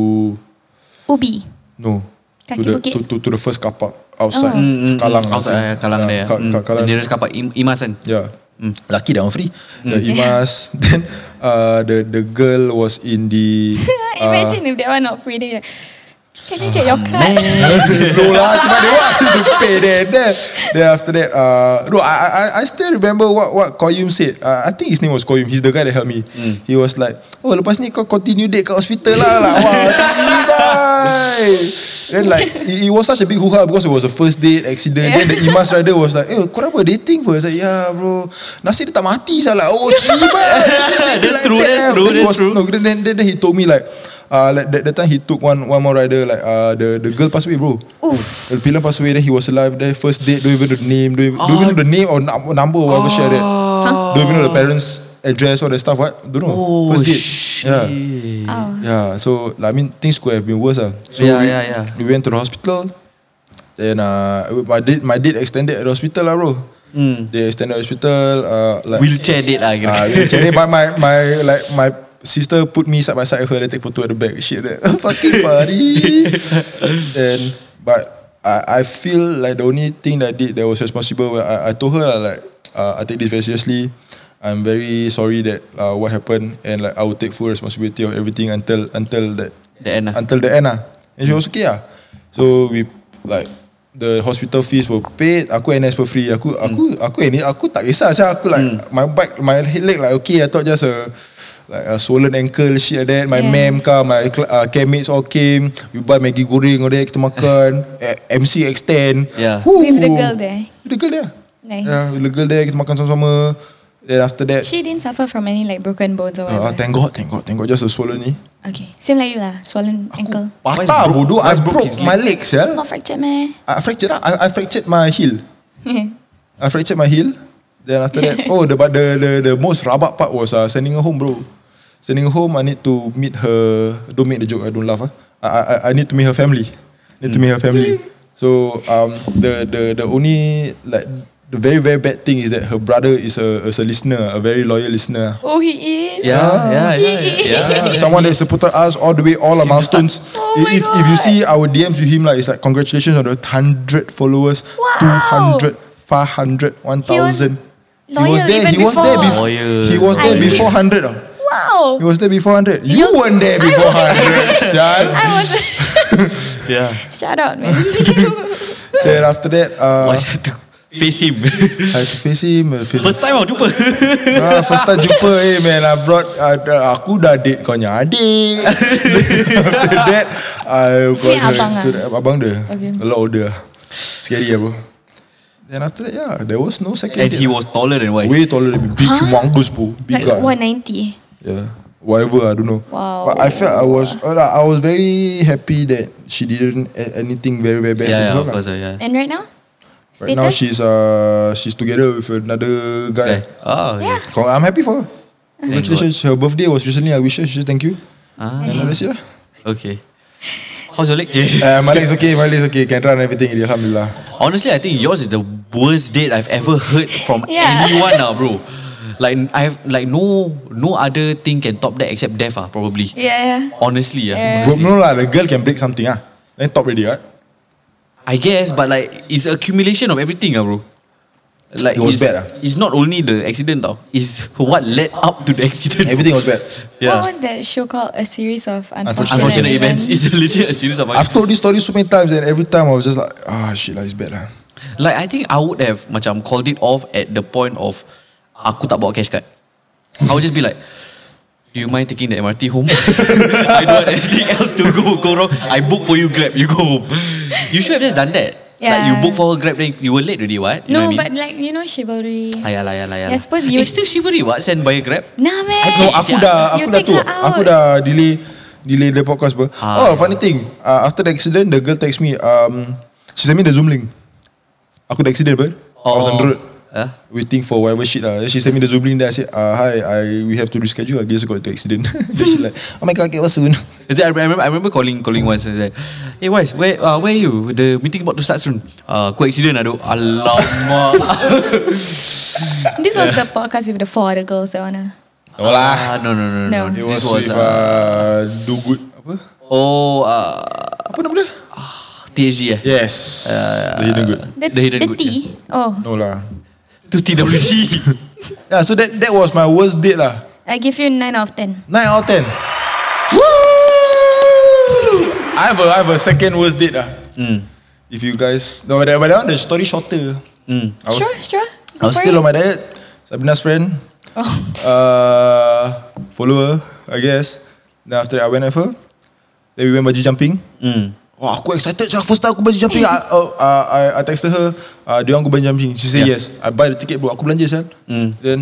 F: Ubi.
A: no to
F: Kaki
A: the
F: Bukit.
A: to,
F: Oh.
A: to, to the first car park outside
B: Mm, mm,
A: Hmm. Kalang.
B: mm, outside eh, Kalang there.
A: Ka,
B: mm.
A: Ka, Kalang.
B: The nearest car park, Im- Imas kan?
A: Yeah. Lucky that one free. The
B: Mm.
A: Imas. then uh, the the girl was in the Ah.
F: Ah, Imagine if that one not free. Then you're like, can you get your
B: Ah,
F: card?
A: no lah, cuma they want to pay that. Then, then after that, uh, no, I, I, I- I still remember what what Koyum said. Uh, I think his name was Koyum. He's the guy that helped me.
B: Hmm.
A: He was like, oh lepas ni kau continue date kat hospital lah. lah. Wah, tinggi bye. Then like, it, it was such a big hoo-ha because it was a first date accident. Then the Imas rider was like, eh, korang apa dating pun? I was like, yeah bro, nasib dia tak mati salah. Oh, tinggi bye. She said
B: That's
A: like
B: true,
A: that.
B: that's true,
A: Then he
B: that's
A: was-
B: true.
A: No, then, then, then he told me like, uh, like that, that time he took one one more rider like uh, the the girl passed away bro.
F: Oof.
A: The pillar passed away then he was alive then first date don't even know the name don't even, don't even know the name or num- number or whatever shit like that. Don't even know the parents address all that stuff what don't know
B: Oh,
A: first date.
B: shit. Ah.
A: Yeah.
F: Oh.
A: Yeah, so like, I mean things could have been worse ah. So
B: Yeah,
A: we,
B: yeah, yeah.
A: we went to the hospital. Then uh, my date my date extended at the hospital lah bro.
B: Mm.
A: They extended hospital uh, like
B: Wheelchair date lah. kira.
A: Ah, yeah, jadi my my my like my sister put me side by side with her. They take photo at the back. Shit, that fucking funny. and but I I feel like the only thing that I did that was responsible. Well, I I told her lah, like uh, I take this very seriously. I'm very sorry that uh, what happened, and like I will take full responsibility of everything until until that
B: The end lah.
A: until the end lah. And she was okay lah. So we like the hospital fees were paid. Aku NS for free. Aku
B: Hmm.
A: aku aku ini aku tak kisah saya. Aku like my back my leg like okay. I thought just a like a swollen ankle shit like that. My
F: Yeah.
A: mem come, my cl- uh, cammates all came. We buy Maggi goreng all that kita makan. Eh, MC extend.
B: Yeah.
A: Whew.
F: With the girl there.
A: With the girl there.
F: Nice.
A: Yeah, with the girl there kita makan sama-sama. Then after that,
F: She didn't suffer from any like broken bones or
A: uh,
F: whatever.
A: thank God, thank God, thank God. Just a swollen knee.
F: okay. Same like you lah. Swollen ankle.
B: Why is
A: Patah
B: broke-
A: bodoh. I
B: why is broke
A: broke
B: his
A: my legs. Yeah.
F: Not fractured meh?
A: I fractured lah. I, I fractured my heel. I fractured my heel. Then after that, oh the but the the, the most rabak part was uh, sending her home, bro. Sending her home, I need to meet her. Don't make the joke. I don't laugh. ah. I, I I need to meet her family. Need to meet her family. So um the the the only like the very very bad thing is that her brother is a is a listener, a very loyal listener. Ah.
F: oh, he
B: Ah,
F: is?
B: Yeah, yeah, yeah, yeah.
A: Yeah, someone that supported us all the way, all our
B: Since the
A: milestones.
F: Oh my
A: if if you
F: God.
A: see our DMs with him, like it's like congratulations on the hundred followers,
F: Wow.
A: 200, 500, 1,000. He
F: loyal
A: was there.
F: even
A: He was there
F: before.
A: before.
B: Loyal.
A: He was there
F: I
A: before
B: did.
A: hundred. oh.
F: Wow.
A: He was there before hundred. You weren't there before hundred. Sean.
F: I was.
B: Yeah.
F: Shout out, man.
A: So then after that, uh,
B: Why you have to face him?
A: I had to face him. uh, Face
B: First time aku jumpa.
A: Ah, first time jumpa eh man I brought uh, aku dah date kau punya adik after that I got
F: Ni abang ah?
A: to- abang dia
F: Okay.
A: a lot older ah. scary ah bro then after that yeah there was no second
B: And
A: date
B: he
A: ah.
B: was taller than Wise.
A: way taller than me big humongous bro big guy
F: like 190.
A: yeah whatever I don't know
F: Wow.
A: but I felt I was uh, I was very happy that she didn't a- anything very very bad
B: Yeah, yeah,
A: to
B: of
A: her lah.
B: course. ah, Yeah.
F: And right now?
A: right now she's uh, she's together with another guy
B: Okay. Oh, okay.
F: Yeah.
A: So, I'm happy for her. Congratulations. Her birthday was recently. I wish her. She said thank you.
B: Ah,
A: And that's it lah.
B: okay. How's your leg, Jay?
A: Uh, my leg's okay. My leg's okay. Can run everything. already, Alhamdulillah.
B: Honestly, I think yours is the worst date I've ever heard from
F: Yeah.
B: anyone, now, bro. Like I've like no no other thing can top that except death, ah, probably.
F: Yeah, yeah.
B: Honestly, ah. yeah.
F: Yeah.
A: Bro, no lah. The girl can break something ah. Then top already right?
B: I guess, but like it's accumulation of everything, ah, bro. Like
A: It was
B: it's,
A: bad, ah.
B: It's not only the accident, though. It's what led up to the accident.
A: Everything was bad.
B: Yeah.
F: What was that show called? A series of unfortunate,
A: Unfortunate
B: Unfortunate events.
F: events.
B: It's legit a series of.
A: I've told this story so many times, and every time I was just like, ah shit lah, it's bad lah.
B: Like I think I would have macam called it off at the point of aku tak bawa cash card. I would just be like, do you mind taking the MRT home? I don't want anything else to go go wrong. I book for you Grab, you go home. You should have just done that. Like you
F: Yeah.
B: book for her Grab, then you were late already, what? You
F: No,
B: know what Ah,
F: but like, you know,
B: I
F: chivalry.
B: mean? Ayalah, ayalah, ayalah.
F: Yeah, suppose
B: lah,
F: you-
B: ya It's still chivalry, what? Send by a Grab?
F: nah, man.
A: No, aku dah, aku
F: You
A: dah
F: take
A: tu.
F: her out.
A: Aku dah delay, delay the podcast ber.
B: Ah.
A: Oh, funny thing. Uh, after the accident, the girl text me. Um, she sent me the Zoom link. Aku the accident ber. I
F: Oh.
A: was on the road.
B: Huh?
A: waiting for whatever shit lah. Then she sent me the Zoom link. Then I said, uh, hi, I we have to reschedule. I guess I got into accident. then she like, oh my god, get well soon.
B: And then I remember, I remember calling calling once and like, Hey Wise, where uh, where are you? The meeting about to start soon. Uh, aku accident aduh. Alamak.
F: This was the podcast with the four other girls that uh. wanna.
A: No lah.
B: Ah, no, no, no, no.
F: No.
A: It
F: It
A: was, uh,
B: This was,
A: with,
B: uh,
A: uh, do good. Apa?
B: oh, uh,
A: Apa nama dia?
B: THG eh?
A: Yes.
B: Uh,
A: the hidden good.
F: The,
B: The hidden
F: the
B: good,
F: T. Oh,
A: No lah.
B: To TWG.
A: Yeah, so that that was my worst date lah.
F: I give you nine out of ten.
A: Nine out of ten. Woo! I have a I have a second worst date lah. If you guys, no, but that, but that one the story shorter. I was,
F: Sure, sure.
A: I
F: Go
A: was
F: for
A: still
F: it.
A: on my diet. Sabina's friend,
F: Oh.
A: uh, follower, I guess. Then after that, I went with her. Then we went bungee jumping.
B: mm.
A: Wah, aku excited. Cakap first time aku bungee jumping. I, uh, uh, I, I texted her. Uh, dia orang go bungee jumping. She said
B: Yeah.
A: yes. I buy the ticket, bro. Aku belanja, sel.
B: Mm.
A: Then,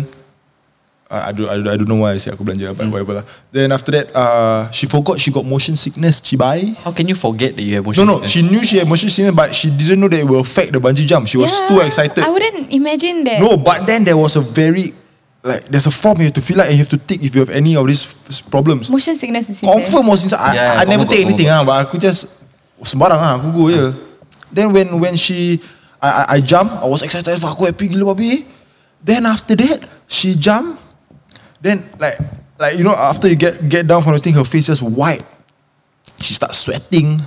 A: uh, I, don't, I, don't, I don't know why I say aku belanja.
B: Hmm.
A: But whatever lah. Then after that, uh, she forgot she got motion sickness. Cibai.
B: How can you forget that you have
A: No,
B: motion
A: no.
B: sickness?
A: She knew she had motion sickness, but she didn't know that it will affect the bungee jump. She was
F: Yeah,
A: too excited.
F: I wouldn't imagine that.
A: No, but then there was a very like there's a form you have to fill out and you have to tick if you have any of these f- problems.
F: Motion sickness is in there.
A: Confirm was inside. I,
B: Yeah,
A: I never
B: confirm
A: take
B: got,
A: anything ah, but aku just sembarang ah, aku go je. Then when when she I I, I jump, I was excited for aku happy gila babi. Then after that she jump, then like like you know after you get get down from the thing, her face just white. She starts sweating.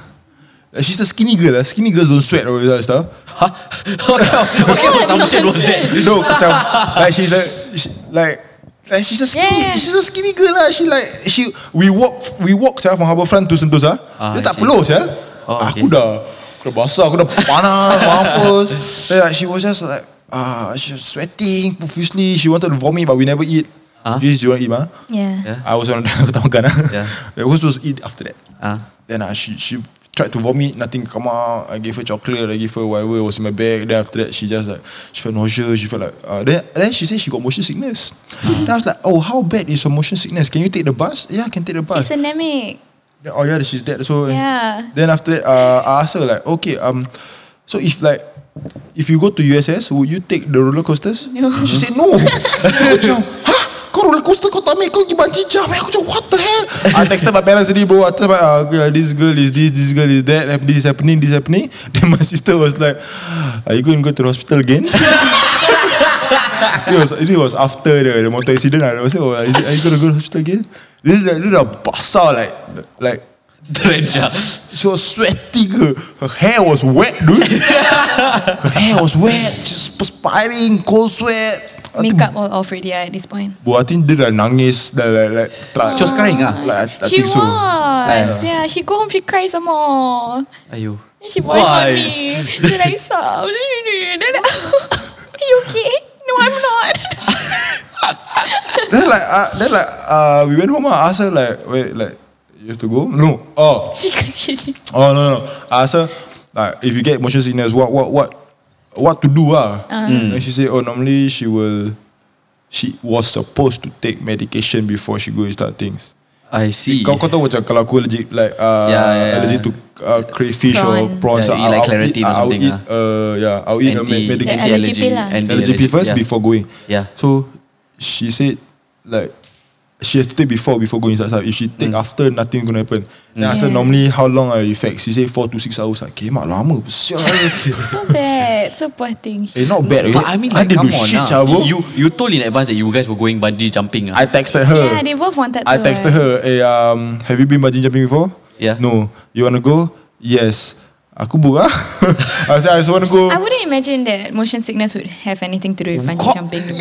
A: Like, She's a skinny girl. ah. Skinny girls don't sweat or all that stuff.
B: Huh? what kind of assumption was that?
A: No, macam like she's a she, like like she's a skinny
F: Yeah.
A: she's a skinny girl lah. She like she we walk we walk saya from Harbourfront to Sentosa.
B: Ah,
A: dia
B: I
A: tak
B: see.
A: peluh saya.
B: Oh,
A: aku
B: okay.
A: dah aku dah basah, aku dah panas, mampus. Then, like, she was just like ah she was sweating profusely. She wanted to vomit but we never eat.
B: Ah.
A: This is you want eat mah?
F: Yeah.
B: Yeah.
A: I was on aku tak makan lah.
B: Yeah.
A: We were supposed to eat after that.
B: Ah.
A: Then uh, she she tried to vomit, nothing come out. I gave her chocolate, I gave her whatever was in my bag. Then after that, she just like she felt nauseous. She felt like uh, then then she said she got motion sickness.
B: Ah.
A: then I was like, oh, how bad is your motion sickness? Can you take the bus? Yeah, I can take the bus.
F: It's anemic.
A: Then, oh yeah, she's dead. So
F: Yeah.
A: Then after that, uh, I asked her like, okay, um, so if like if you go to USS, would you take the roller coasters?
F: No.
A: She said no. Aku macam, "Hah? Kau roller coaster kau tak ambil Kau pergi bungee jump Aku macam what the hell I texted my parents tadi bro I texted my uh, okay, This girl is this This girl is that This is happening This is happening Then my sister was like Are you going to go to the hospital again? it was it was after the, the motor accident. I was like, oh, is it, are you gonna go to hospital again? This is like, this is a basah like like
B: Drench ah.
A: she was sweaty. Her, her hair was wet, dude. her hair was wet. She's perspiring, cold sweat. I think-
F: Makeup all off already ah, at this point.
A: Bro, I think dia dah nangis dah like, like, tra-
B: She was crying ah.
A: Like, I, I
F: she
A: think so.
F: was. Yeah. she go home, she cries some more.
B: Ayo.
F: Then she voice on me.
B: Wise.
F: She like, stop. Then Are you okay? No, I'm not.
A: Then like, uh, then like, uh, we went home. ah, I asked her like, wait, like, you have to go? No. Oh,
F: she, she,
A: Oh no no. I asked her like if you get motion sickness, what what what what to do ah?
F: Uh-huh.
A: And she said, oh normally she will. She was supposed to take medication before she go and start things.
B: I see.
A: Kau kau tahu macam kalau aku allergic like uh,
B: Yeah, yeah, yeah.
A: allergic to uh, crayfish or
F: Prawn.
A: prawns,
B: Ya, Yeah,
A: ah,
B: you like
A: I'll
B: Claritin
A: eat,
B: or
A: I'll
B: something ah.
A: eat, uh, yeah, I'll eat a med- medication.
F: anti- allergy pill lah.
A: LGP first before going.
B: Yeah.
A: So she said like she has to take before before going inside. If she
B: Hmm.
A: take after, nothing gonna happen. Then I said
F: Yeah.
A: normally how long are the effects? She said four to six hours. Like, okay, mak lama. Sial.
F: so bad. So poor thing.
A: eh, not bad.
B: But I mean like
A: did
B: come
A: do
B: on
A: shit,
B: lah.
A: sia, bro.
B: You you told in advance that you guys were going bungee jumping ah.
A: I texted her.
F: Yeah, they both wanted to.
A: I texted
F: right?
A: her, hey, um, have you been bungee jumping before?
B: Yeah.
A: No. You wanna go? Yes. Aku book ah. I said, I just wanna go.
F: I wouldn't imagine that motion sickness would have anything to do with bungee jumping.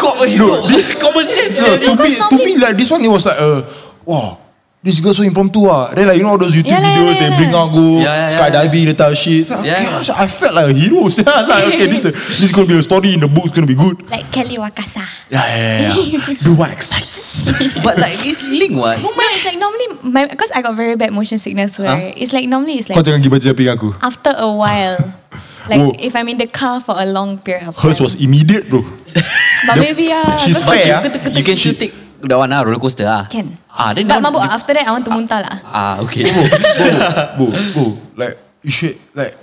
B: Kau no, this common sense. eh?
A: No, to me,
F: because
A: to me,
F: normally-
A: like this one, it was like, uh, wow, this girl so impromptu ah. Then like you know all those YouTube
F: Yeah, yeah,
A: videos,
F: yeah,
A: they
F: yeah.
A: bring out go
B: Yeah, yeah, yeah,
A: skydiving, that type of shit. Like,
B: Yeah.
A: okay, I was like, I felt like a hero. sia. like, okay, this this is gonna be a story in the book. It's gonna be good.
F: Like Kelly Wakasa.
A: Yeah, yeah, yeah. yeah. Do what excites?
B: But like this link what?
F: No, it's like normally, my because I got very bad motion sickness, right? It's like normally it's
A: Kau
F: like
A: jangan give baju jumping aku.
F: after a while. Like
A: Oh.
F: if I'm in the car for a long period of time.
A: Hers was immediate, bro.
F: But maybe ah.
A: She's
F: because-
B: But
A: fair
B: you,
A: ah.
B: you can still take that one ah roller coaster ah.
F: Can.
B: Ah then that
F: But
B: one-
F: mabuk after that I want to muntah lah.
B: Ah okay.
A: bro, bro, like you should like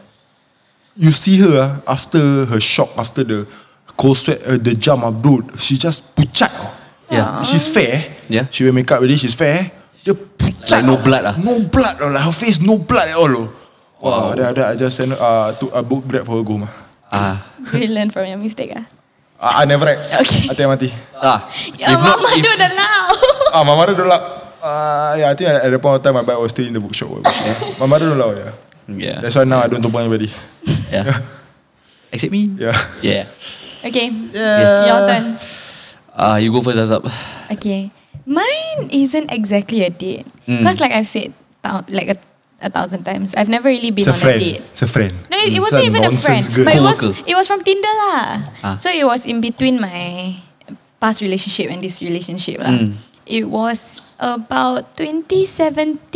A: you see her ah, after her shock, after the cold sweat, uh, the jump, ah, bro, she just pucat. ah.
B: yeah.
A: She's fair.
B: Yeah.
A: She wear makeup already. She's fair. Dia pucat.
B: Like no
A: ah.
B: blood ah.
A: No blood. ah, Like her face no blood at all. Oh. Wow. Then, then I just send her uh, to a book grab for her go home. ah.
B: Ah.
F: You learn from your mistake ah.
A: Ah, I never right.
F: Okay.
A: Atik mati.
B: Ah. if
F: Your
B: not,
F: mama
B: if,
F: do the now.
A: Ah, mama dia dolak. Uh, yeah, I think at, at the point of time my bike was still in the bookshop. my mother don't allow, yeah.
B: Yeah.
A: That's why now I don't support anybody.
B: yeah. Except me.
A: Yeah.
B: Yeah.
F: Okay.
A: Yeah.
F: Your turn.
B: Uh, you go first, Azab.
F: Okay. Mine isn't exactly a date. Because like I've said thou- like a, a thousand times, I've never really been
G: It's a
F: on
G: friend.
F: a date.
G: It's a friend.
F: No, it, it
G: Mm.
F: wasn't
G: Some
F: even a friend.
G: nonsense girl.
F: But it was
B: Co-worker.
F: it was from Tinder lah.
B: Ah.
F: So it was in between my past relationship and this relationship lah.
G: Mm.
F: It was about 2017,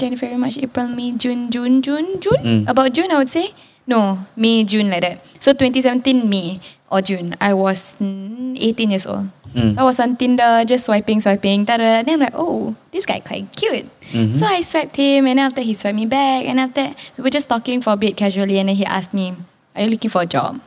F: January, March, April, May, June, June, June, June.
G: Mm.
F: About June, I would say. No, May, June, like that. So 2017, May or June, I was mm, 18 years old.
G: Mm.
F: So I was on Tinder, just swiping, swiping. Da-da. Then I'm like, oh, this guy quite cute. So I swiped him, and then after he swiped me back, and after that, we were just talking for a bit casually, and then he asked me, are you looking for a job?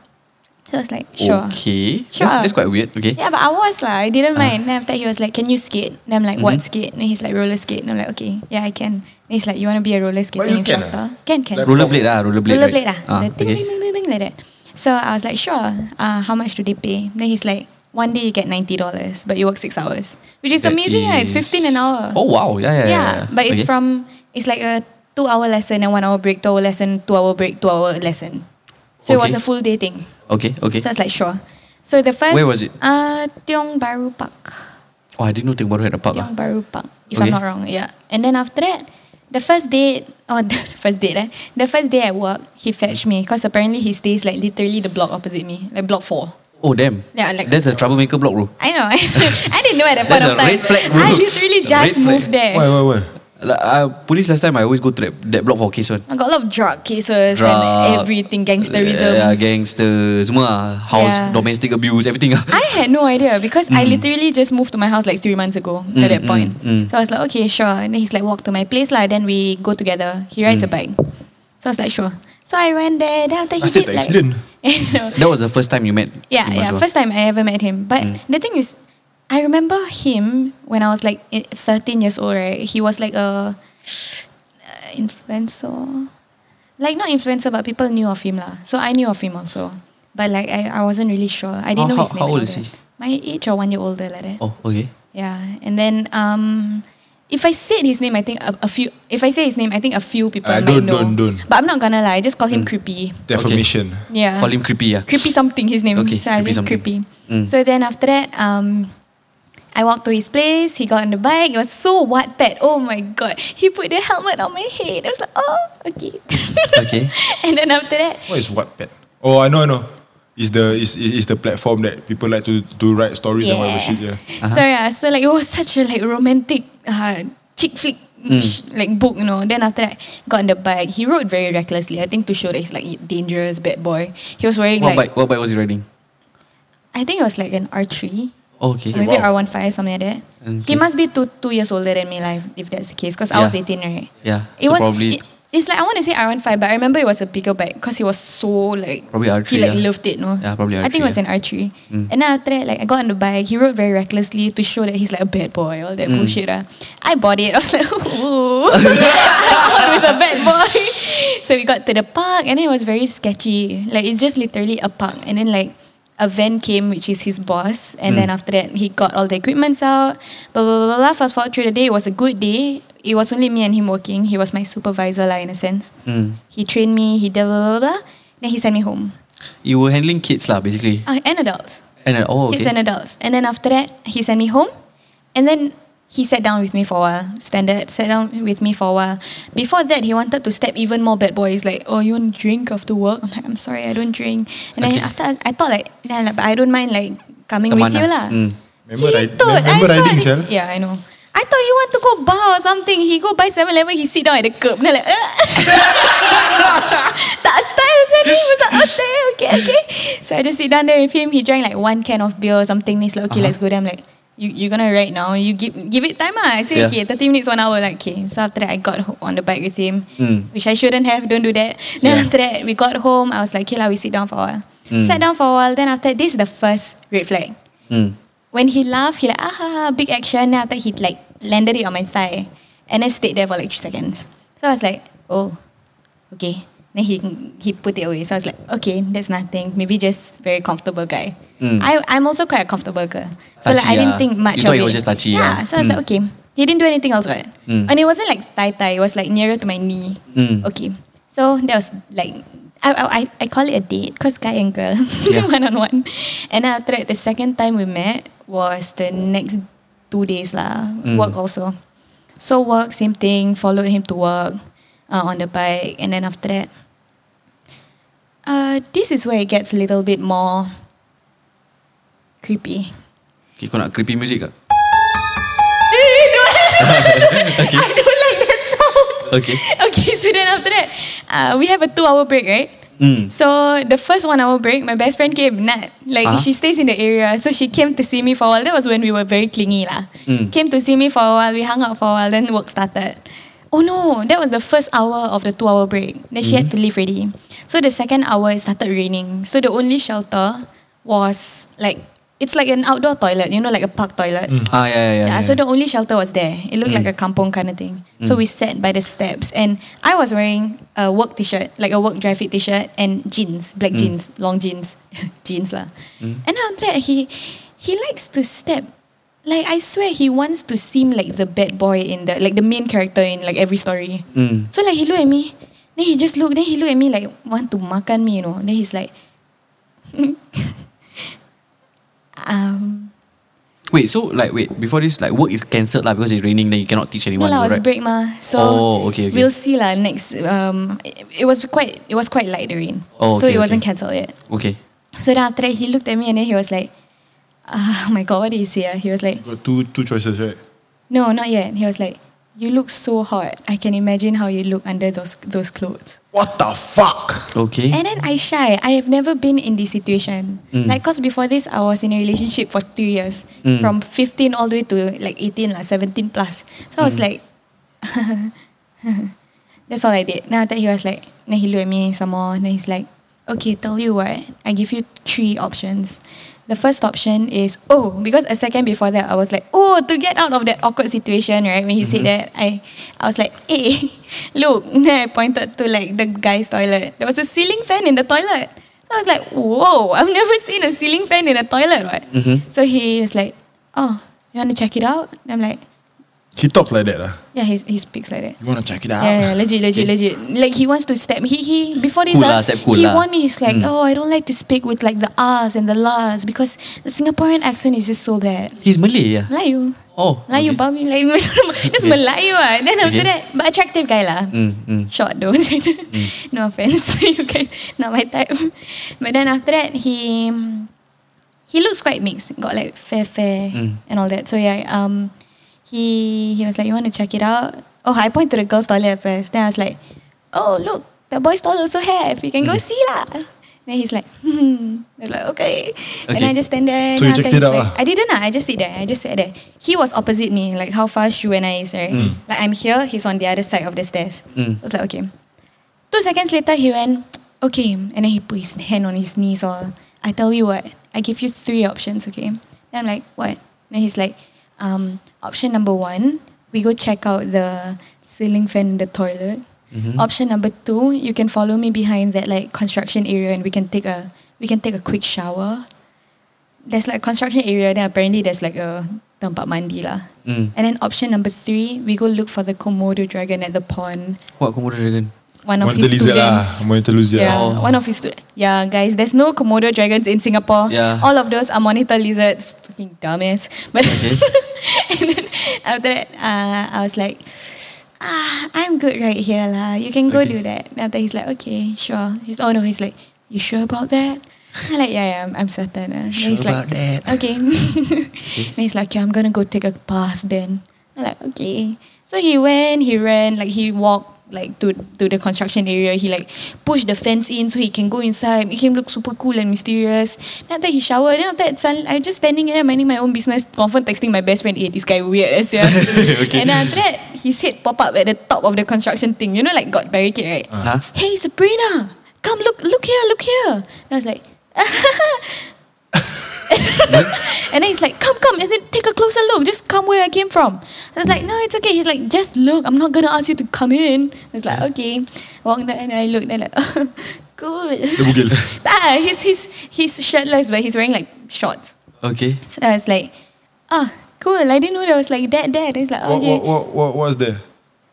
F: So I was like, sure.
B: Okay.
F: Sure.
B: That's, that's quite weird. Okay.
F: Yeah, but I was lah. I didn't mind. Then after that, he was like, "Can you skate?" And I'm like, "What skate?" And he's like, "Roller skate." And I'm like, "Okay, yeah, I can." And he's like, "You want to be a roller skating
A: you can ah?
F: instructor?" Can can.
B: Rollerblade lah. Rollerblade.
F: Rollerblade
B: right?
F: lah.
B: Ah,
F: The ting,
B: okay.
F: ting, ting, ting, ting, like that. So I was like, "Sure. Uh, how much do they pay?" Then he's like, "One day you get ninety dollars, but you work six hours, which is
B: That
F: amazing. Yeah,
B: is-
F: it's fifteen an hour."
B: Oh wow. Yeah, yeah, yeah. yeah.
F: but
B: Okay.
F: it's from it's like a two hour lesson and one hour break, two hour lesson, two hour break, two hour lesson. So it was
B: Okay.
F: a full day thing.
B: Okay, okay.
F: So I was like, sure. So the first
B: Where was it?
F: Uh, Tiong Bahru Park.
B: Oh, I didn't know Tiong Bahru had a park.
F: Tiong
B: Ah.
F: Bahru Park, if
B: Okay.
F: I'm not wrong. Yeah. And then after that, the first date, oh, the first date, eh? The first day at work, he fetched me because apparently he stays like literally the block opposite me, like block four.
B: Oh damn.
F: Yeah, like-
B: That's a troublemaker block, bro.
F: I know. I didn't know at that point
B: That's
F: of
B: a
F: time.
B: red flag, bro.
F: I literally
B: A
F: just
B: red flag.
F: moved there.
A: Why, why, why?
B: Like, uh, police last time I always go to that, that block for case one.
F: I got a lot of drug cases
B: Drug,
F: and everything, gangsterism.
B: Yeah, gangster, semua ah. house,
F: Yeah.
B: domestic abuse, everything. ah.
F: I had no idea because I literally just moved to my house like three months ago at that point. So I was like, okay, sure. And then he's like, walk to my place lah. Then we go together. He rides a bike. So I was like, sure. So I went there. Then after he
A: I said
F: did
A: the accident.
F: like, No.
B: That was the first time you met.
F: yeah,
B: Iman
F: yeah.
B: Azwa.
F: First time I ever met him. But
B: Mm.
F: the thing is, I remember him when I was like i- 13 years old. Right, he was like a uh, influencer, like not influencer, but people knew of him lah. So I knew of him also. But like I, I wasn't really sure. I didn't
B: How- Oh,
F: know
B: how-
F: his name.
B: how
F: and
B: old
F: all
B: is
F: that.
B: he?
F: My age or one year older like that.
B: Oh, okay.
F: Yeah, and then um, if I said his name, I think a, a few. If I say his name, I think a few people
B: Uh,
G: Ah,
F: might
G: don't-
F: know.
G: don't- don't.
F: But I'm not gonna lie. I just call him creepy.
G: Defamation.
F: Yeah.
B: Mm. Call him creepy, yeah.
F: Creepy something, his name.
B: Okay,
F: so I
B: Creepy
F: think
B: something.
F: creepy.
B: Mm.
F: So then after that, um, I walked to his place. He got on the bike. It was so Wattpad. Oh my god! He put the helmet on my head. I was like, oh, okay.
B: Okay.
F: and then after that,
A: What is Wattpad? Oh, I know, I know. It's the is is the platform that people like to to write stories and whatever shit. Yeah.
B: Uh-huh.
F: So yeah, so like it was such a like romantic uh, chick flick
B: Mm.
F: sh- like book, you know. Then after that, got on the bike. He rode very recklessly. I think to show that he's like dangerous bad boy. He was wearing
B: What bike?
F: like
B: What bike was he riding?
F: I think it was like an R three.
B: Oh, okay.
F: Maybe R one five something like that.
B: Okay.
F: He must be two two years older than me, like if that's the case. Cause I was
B: Yeah.
F: eighteen, right?
B: Yeah. so
F: It was
B: probably
F: it- it's like I want to say R15, but I remember it was a bigger bike because he was so like
B: Probably R3,
F: He like
B: yeah.
F: loved it, no?
B: Yeah, probably
F: I
B: R3,
F: think it was
B: yeah.
F: an R3. And then after that, like I got on the bike. He rode very recklessly to show that he's like a bad boy, all that bullshit. ah. I bought it. I was like, ooh, I'm out with a bad boy. So we got to the park, and then it was very sketchy. Like it's just literally a park, and then like. A van came, which is his boss, and then after that, he got all the equipments out. Blah blah blah blah, blah. Fast forward through the day, it was a good day. It was only me and him working. He was my supervisor, like in a sense.
B: Mm. Hmm.
F: He trained me. He did blah blah blah. blah. Then he sent me home.
B: you were handling kids lah, basically.
F: Uh, and adults.
B: And then, oh, okay.
F: Kids and adults. And then after that, he sent me home. And then he sat down with me for a while. Standard, sat down with me for a while. Before that, he wanted to step even more bad boys. Like, oh, you want to drink after work? I'm like, I'm sorry, I don't drink. And then
B: Okay.
F: after, I, I thought like, nah, nah, but I don't mind like coming
B: Teman
F: with you
B: lah.
F: lah.
B: Mm.
A: Remember
F: He
A: ride-
F: thought-
A: remember
F: I
A: riding,
F: thought-
A: Sel?
F: Yeah, I know. I thought he want to go bar or something. He go buy 7-Eleven, he sit down at the curb. Then like, tak style saya ni. He was like, okay, okay, okay. So I just sit down there with him. He drank like one can of beer or something. He's like, okay, let's
B: Uh-huh.
F: go there. I'm like, you, you're gonna ride now. You give give it time ah. I say,
B: Yeah.
F: okay, 30 minutes, one hour. Like, okay. So after that, I got ho- on the bike with him,
B: Mm.
F: which I shouldn't have. Don't do that. Then
B: Yeah. Hmm.
F: after that, we got home. I was like, okay, lah, we sit down for a while. Sat down for a while. Then after that, this is the first red flag
B: Mm.
F: when he laughed, he like, ah, ha, ha, big action. Then after he like landed it on my thigh and then stayed there for like three seconds. So I was like, oh, okay. Then he he put it away. So I was like, okay, that's nothing. Maybe just very comfortable guy. I, I'm also quite a comfortable girl. So
B: Hmm.
F: like,
B: Touchy,
F: I didn't
B: ah.
F: think much
B: You thought
F: of
B: it was just touchy, ah.
F: So I was
B: Mm.
F: like, okay, He didn't do anything else, right?
B: Mm.
F: And it wasn't like thigh thigh. It was like nearer to my knee.
B: Mm.
F: Okay. So that was like, I, I, I- I call it a date because guy and girl,
B: Yeah.
F: one on one. And then after that, the second time we met was the next two days lah.
B: Mm.
F: Work also. So work, same thing. Followed him to work uh, on the bike. And then after that, uh, this is where it gets a little bit more creepy.
B: Okay, kau nak creepy music ke?
F: Eh, don't. I don't like that sound.
B: Okay.
F: Okay, so then after that, uh, we have a two-hour break, right?
B: Mm.
F: So the first one-hour break, my best friend came. Nat, like
B: Ah.
F: she stays in the area, so she came to see me for a while. That was when we were very clingy, lah.
B: Mm.
F: Came to see me for a while. We hung out for a while. Then work started. Oh no, that was the first hour of the two-hour break. Then she had to leave already. So the second hour, it started raining. So the only shelter was like it's like an outdoor toilet, you know, like a park toilet.
B: Ah, yeah, yeah, Mm. yeah.
F: Yeah, so the only shelter was there. It looked like a kampong kind of thing. So we sat by the steps, and I was wearing a work t-shirt, like a work dry fit t-shirt, and jeans, black
B: Mm.
F: jeans, long jeans, jeans lah. And after that, he he likes to step. Like I swear, he wants to seem like the bad boy in the like the main character in like every story.
B: Mm.
F: So like he looked at me, then he just looked, then he looked at me like want to makan me, you know. Then he's like, um.
B: Wait, so like, wait, before this, like, work is cancelled lah because it's raining, then you cannot teach
F: No
B: anyone.
F: lah, it was
B: right?
F: break ma. So
B: Oh, okay, okay.
F: we'll see lah next. Um, it, it was quite it was quite light the rain,
B: Oh,
F: so
B: okay,
F: it wasn't
B: okay.
F: cancelled yet.
B: Okay.
F: So then after that, he looked at me and then he was like, "Ah, my god, what did he say?" ah?" He was like,
A: Got two two choices, right?
F: "No, not yet." He was like, "You look so hot. I can imagine how you look under those those clothes."
A: What the fuck?
B: Okay.
F: And then I shy. I have never been in this situation.
B: Mm.
F: Like, cause before this, I was in a relationship for three years, from 15 all the way to like 18, like 17 plus. So I was
B: Mm.
F: like, that's all I did. Now that he was like, then he looked at me some more, and then he's like, okay, tell you what, I give you three options. The first option is oh, because a second before that I was like oh to get out of that awkward situation, right? When he said that, I I was like, hey, look, then I pointed to like the guy's toilet. There was a ceiling fan in the toilet. So I was like, whoa, I've never seen a ceiling fan in a toilet, right? So he was like, oh, you want to check it out? And I'm like,
A: He talks like that, ah.
F: yeah, he he speaks like that.
A: You wanna check it out?
F: Yeah, yeah, legit, legit, legit. Like he wants to step. He he before this,
B: Cool
F: ah,
B: lah, step cool
F: he
B: lah.
F: warned me. He's like, oh, I don't like to speak with like the ahs and the las because the Singaporean accent is just so bad.
B: He's Malay, yeah.
F: Melayu.
B: Oh.
F: Melayu,
B: okay.
F: babi, Melayu. That's
B: Okay.
F: Melayu ah. Then after
B: Okay.
F: that, but attractive guy lah.
B: Mm, mm.
F: Short though. no offense, you guys, not my type. But then after that, he he looks quite mixed. Got like fair, fair,
B: Mm.
F: and all that. So yeah, um, he he was like, you want to check it out? Oh, I point to the girls' toilet at first. Then I was like, oh look, the boys' toilet also have. You can go see lah. Then he's like, hmm. I was like, okay. And
B: Okay.
F: I just stand there.
A: So you
F: and after
A: checked it
F: he's
A: out
F: like-
A: lah.
F: I didn't. ah. I just sit there. I just sat there. He was opposite me, like how far Shu and I is, right? Like I'm here, he's on the other side of the stairs.
B: Mm.
F: I was like, okay. Two seconds later, he went, okay. And then he put his hand on his knees all. I tell you what, I give you three options, okay? Then I'm like, what? Then he's like, um, option number one, we go check out the ceiling fan in the toilet. Option number two, you can follow me behind that like construction area and we can take a we can take a quick shower there's like construction area then apparently there's like a tempat mandi lah.
B: Mm.
F: And then option number three, we go look for the Komodo dragon at the pond.
B: What Komodo dragon?
F: One of
A: Wanted
F: his
A: to lose it lah.
F: students.
A: Wanted to lose it ah.
F: Yeah,
A: lah.
B: Oh.
F: one of his students. Yeah, guys, there's no Komodo dragons in Singapore.
B: Yeah.
F: All of those are monitor lizards. Fucking dumbass. But
B: Okay.
F: and then after that, uh, I was like, ah, I'm good right here lah. You can go
B: Okay.
F: do that. And after he's like, okay, sure. He's oh no, he's like, you sure about that? I'm like, yeah, yeah, I'm, I'm certain. Uh.
B: Sure
F: he's like,
B: about that.
F: Okay. and he's like, yeah, I'm gonna go take a bath then. I'm like, okay. So he went, he ran, like he walked like to to the construction area. He like pushed the fence in so he can go inside, make him look super cool and mysterious. Then after that, he showered, then after that suddenly, I'm just standing there minding my own business, confirm texting my best friend, hey, this guy weird as yeah. And then after that, his head pop up at the top of the construction thing. You know, like got barricade, right?
G: Ah.
B: Huh?
F: Hey Sabrina, come look look here, look here. And I was like, And then he's like, come, come, is it take a closer look, just come where I came from. I was like, no, it's okay. He's like, just look, I'm not gonna ask you to come in. I was like, okay. Walked there and I looked and like
A: Dia
F: good.
A: bugil.
F: Ah, he's he's he's shirtless but he's wearing like shorts.
B: Okay.
F: So I was like, ah, cool. I didn't know there was like that there. It's like,
A: What,
F: okay.
A: what, what, what, what's there?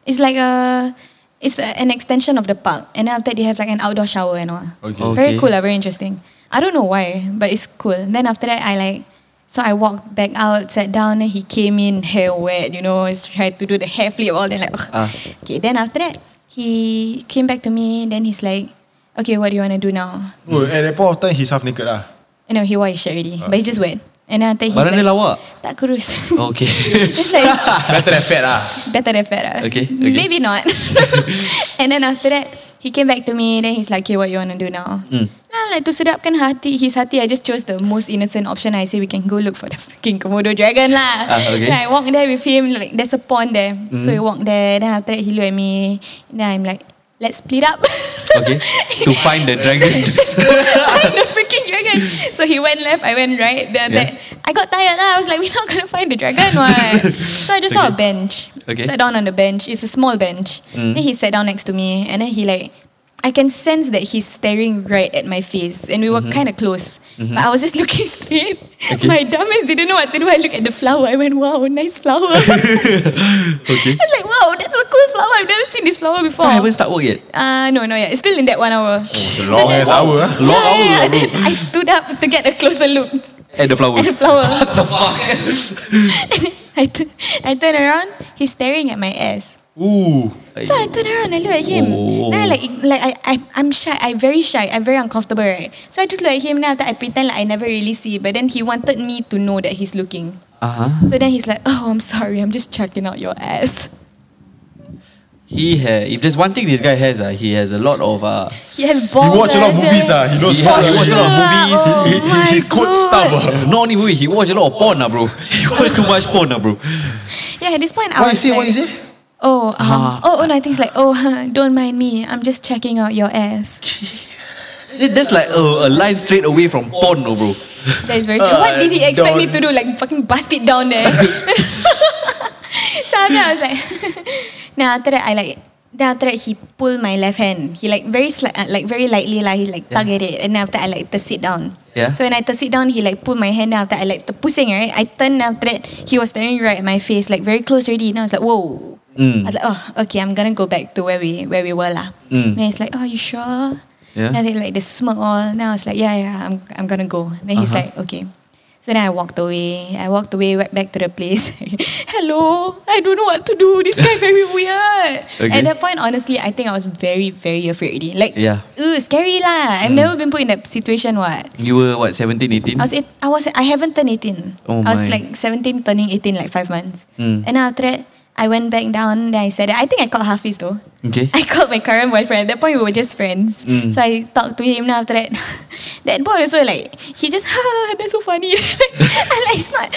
F: It's like a, it's a, an extension of the park. And then after that, they have like an outdoor shower and all.
A: Okay.
B: Okay.
F: Very cool, lah, very interesting. I don't know why, but it's cool. Then after that, I like, so I walked back out, sat down, and he came in, hair wet, you know, he's tried to do the hair flip, all that, like,
B: Ah.
F: okay. Then after that, he came back to me, then he's like, okay, what do you want to do now?
A: Oh, at that point of time, he's half naked lah.
F: You know, he wore his shirt already, but he's just wet. And then after that, he's
B: Barang dia
F: like,
B: lawa.
F: tak kurus.
B: Okay.
F: it's like, it's-
G: Better than fat lah.
F: It's better than Farah.
B: Okay, okay.
F: Maybe not. and then after that, he came back to me. Then he's like, okay, what you want to do now?
B: Mm.
F: Nah, like to sedapkan hati, his hati, I just chose the most innocent option. I say we can go look for the fucking Komodo dragon lah.
B: Ah, okay. Hmm.
F: Like, I walk there with him. Like, there's a pond there. So we walk there. Then after that, he look at me. Then I'm like, let's split up.
B: Okay. To find the dragon.
F: find the freaking dragon. So he went left, I went right. Then
B: Yeah.
F: that I got tired. lah. I was like, we're not gonna find the dragon, what? so I just saw a bench.
B: Okay. Mm.
F: Sat down on the bench. It's a small bench. Then he sat down next to me, and then he like. I can sense that he's staring right at my face, and we were
B: Mm-hmm.
F: kind of close. But I was just looking straight. My dumbass didn't know what to do. I looked at the flower. I went, "Wow, nice flower!"
B: Okay.
F: I was like, "Wow, that's a cool flower. I've never seen this flower
B: So
F: before."
B: I haven't start work yet.
F: Uh, no, no, yeah. It's still in that one hour.
G: It's a
F: So
G: long
F: then-
G: ass
A: hour, ah.
G: Long
F: yeah,
G: hour.
F: yeah,
G: bro.
F: then I stood up to get a closer look
B: At the flower.
F: at the flower. What the fuck? I, tu- I turn around, he's staring at my ass.
A: Ooh.
F: So I turn around, I look at him.
B: Oh.
F: Then I like, like I, I, I'm shy, I'm very shy, I'm very uncomfortable, right? So I just look at him, then after I pretend like I never really see, but then he wanted me to know that he's looking.
B: Uh-huh.
F: So then he's like, oh, I'm sorry, I'm just checking out your ass.
B: He ha- if there's one thing this guy has, uh, he has a lot of uh,
F: He has
A: He
F: balls. eh?
A: watch a lot of
F: ass,
A: movies ah.
F: yeah.
A: He knows
B: He
A: what
B: watch-
A: he
B: watch a lot of movies.
F: Oh
A: He, he, he
F: my
A: codes
F: God.
A: stuff ah.
B: not only movie, he watch a lot of porn, uh, bro. He watch too much porn, uh, bro.
F: Yeah, at this point, I
A: What is
F: was
A: it?
F: like,
A: What is it?
F: Oh, um,
B: Ah.
F: oh, oh, no, I think it's like, oh, huh, don't mind me. I'm just checking out your ass.
B: That- That's like a, a line straight away from porn, oh, bro.
F: That is very true. what did he
B: Uh,
F: expect me
A: don't.
F: to do? Like, fucking bust it down there. so after that, I was like, now after that, I like, then after that, he pulled my left hand. He like very sli- uh, like very lightly like he like tug at it, and then after that, I like to sit down.
B: Yeah.
F: So when I to sit down, he like pulled my hand. Then after that, I like to pushing right. I turned then after that, he was staring right at my face, like very close already. Now I was like, whoa.
B: Mm.
F: I was like, oh, okay, I'm gonna go back to where we where we were lah.
B: Mm.
F: And he's like, oh, you sure?
B: Yeah.
F: And then like the smoke all. Now I was like, yeah, yeah, I'm I'm gonna go. Then he's
B: Uh-huh.
F: like, okay. So then I walked away. I walked away, went back to the place. Hello, I don't know what to do. This guy very weird.
B: Okay.
F: At that point, honestly, I think I was very, very afraid already. Like,
B: Yeah. Mm.
F: ooh, scary lah. I've never been put in that situation. What?
B: You were what 17, 18?
F: I was eight, I was I haven't turned eighteen.
B: Oh
F: I was
B: my.
F: like seventeen, turning eighteen, like five months.
B: Mm.
F: And then after that, I went back down. Then I said, I think I called Hafiz though.
B: okay.
F: I called my current boyfriend. At that point, we were just friends.
B: Mm.
F: So I talked to him. Now after that, that boy also like he just ha, that's so funny. I'm like it's not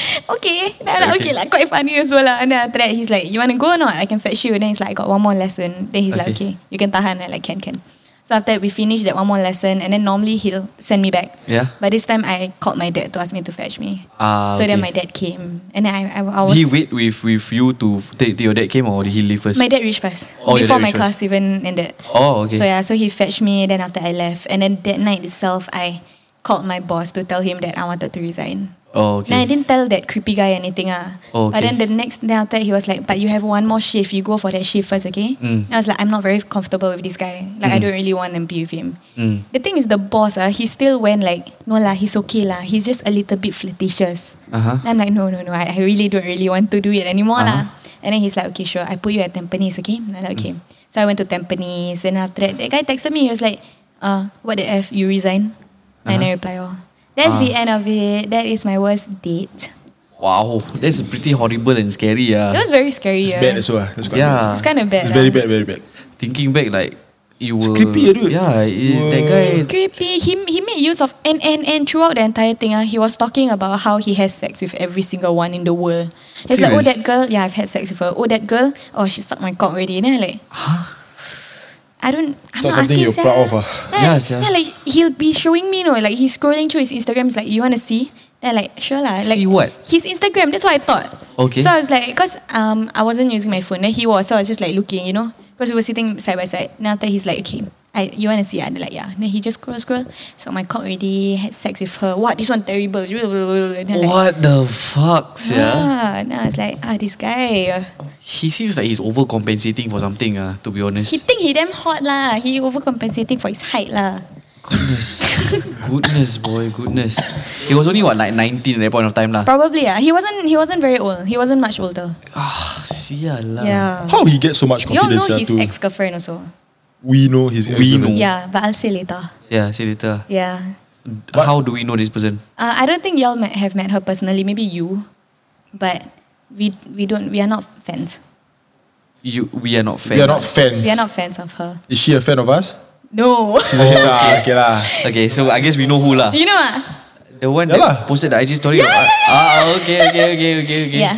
F: okay. Then I'm like
B: Okay.
F: okay, like quite funny as well lah. And then after that, he's like, you wanna go or not? I can fetch you. Then he's like, I got one more lesson. Then he's like,
B: Okay.
F: okay, you can tahan. I like can can. So after that, we finished that one more lesson, and then normally he'll send me back.
B: Yeah.
F: But this time, I called my dad to ask me to fetch me.
B: Ah,
F: so then
B: okay.
F: my dad came, and then I, I, I was
B: he wait with with you to f- till, till your dad came or did he leave first?
F: my dad reached first
B: Oh, your
F: before
B: dad
F: my
B: reached
F: class even ended.
B: Oh, okay.
F: So yeah, so he fetched me. Then after I left, and then that night itself, I called my boss to tell him that I wanted to resign.
B: Oh, okay.
F: Then I didn't tell that creepy guy anything ah.
B: Oh,
F: But
B: okay.
F: then the next day after that, he was like, "But you have one more shift. You go for that shift first, okay?"
B: Mm.
F: And I was like, "I'm not very comfortable with this guy. Like, I
B: Mm.
F: don't really want to be with him."
B: Mm.
F: The thing is, the boss ah, he still went like, "No lah, he's okay lah. He's just a little bit flirtatious."
B: Uh-huh.
F: Then I'm like, "No, no, no. I, I really don't really want to do it anymore
B: Uh-huh.
F: lah." And then he's like, okay, sure, I put you at Tampines, okay? And I'm like, okay. So I went to Tampines, and after that, that guy texted me. He was like, uh, what the F, you resign? And I reply, oh. That's the end of it. That is my worst date.
B: Wow, that's pretty horrible and scary.
F: It
B: Uh.
F: was very scary.
A: It's
F: yeah.
A: bad as well. ah. That's quite
B: Yeah.
A: bad.
F: It's kind of bad.
A: It's
F: lah.
A: very bad, very bad.
B: Thinking back, like you were.
A: It's creepy, ah, dude.
B: Yeah, is that guy.
F: It's creepy. He, he made use of and and and throughout the entire thing. Ah, he was talking about how he has sex with every single one in the world. He's like, oh
B: Serious?
F: that girl, yeah, I've had sex with her. Oh that girl, oh she sucked my cock already. Then I like, I don't.
A: It's
F: I'm
A: not
F: not
A: something
F: asking,
A: you're proud of, ah.
B: Yeah,
F: Yeah,
B: sia.
F: yeah, like he'll be showing me, you know, like he's scrolling through his Instagram. It's like, you want to see? Then I like, sure lah. Like,
B: See what?
F: His Instagram. That's what I thought.
B: Okay.
F: So I was like, cause um I wasn't using my phone. Then he was, so I was just like looking, you know, cause we were sitting side by side. Now after he's like, okay, I, you want to see? ah?" Then like, yeah. Then he just scroll, scroll. So my cock already had sex with her. What? This one terrible. And then Like,
B: What the fuck, yeah?
F: Ah, now it's like, ah, this guy.
B: He seems like he's overcompensating for something, uh, to be honest.
F: He think he damn hot lah. He overcompensating for his height lah.
B: Goodness. goodness, boy, goodness. He was only, what, like 19 at that point of time, lah?
F: Probably ah. He wasn't. He wasn't very old. He wasn't much older.
B: Ah, sialah.
F: Yeah.
A: How he get so much
F: You all know
A: confidence? ah,
F: his
A: to-
F: ex girlfriend also.
A: we know his
B: We know.
F: Yeah, but I'll say later.
B: Yeah, see later.
F: Yeah.
B: How do we know this person?
F: Uh, I don't think y'all met, have met her personally. Maybe you, but we we don't. We are not fans.
B: You, we are not
A: We
B: fans.
A: are not fans.
F: We are not fans of her.
A: Is she a fan of us?
F: No.
A: okay lah, okay lah.
B: Okay, so I guess we know who lah.
F: you know ah?
B: The one
A: Yeah
B: that
A: lah.
B: posted the IG story.
F: Yeah, yeah, yeah,
B: Ah, ah, okay, okay, okay, okay, okay.
F: Yeah.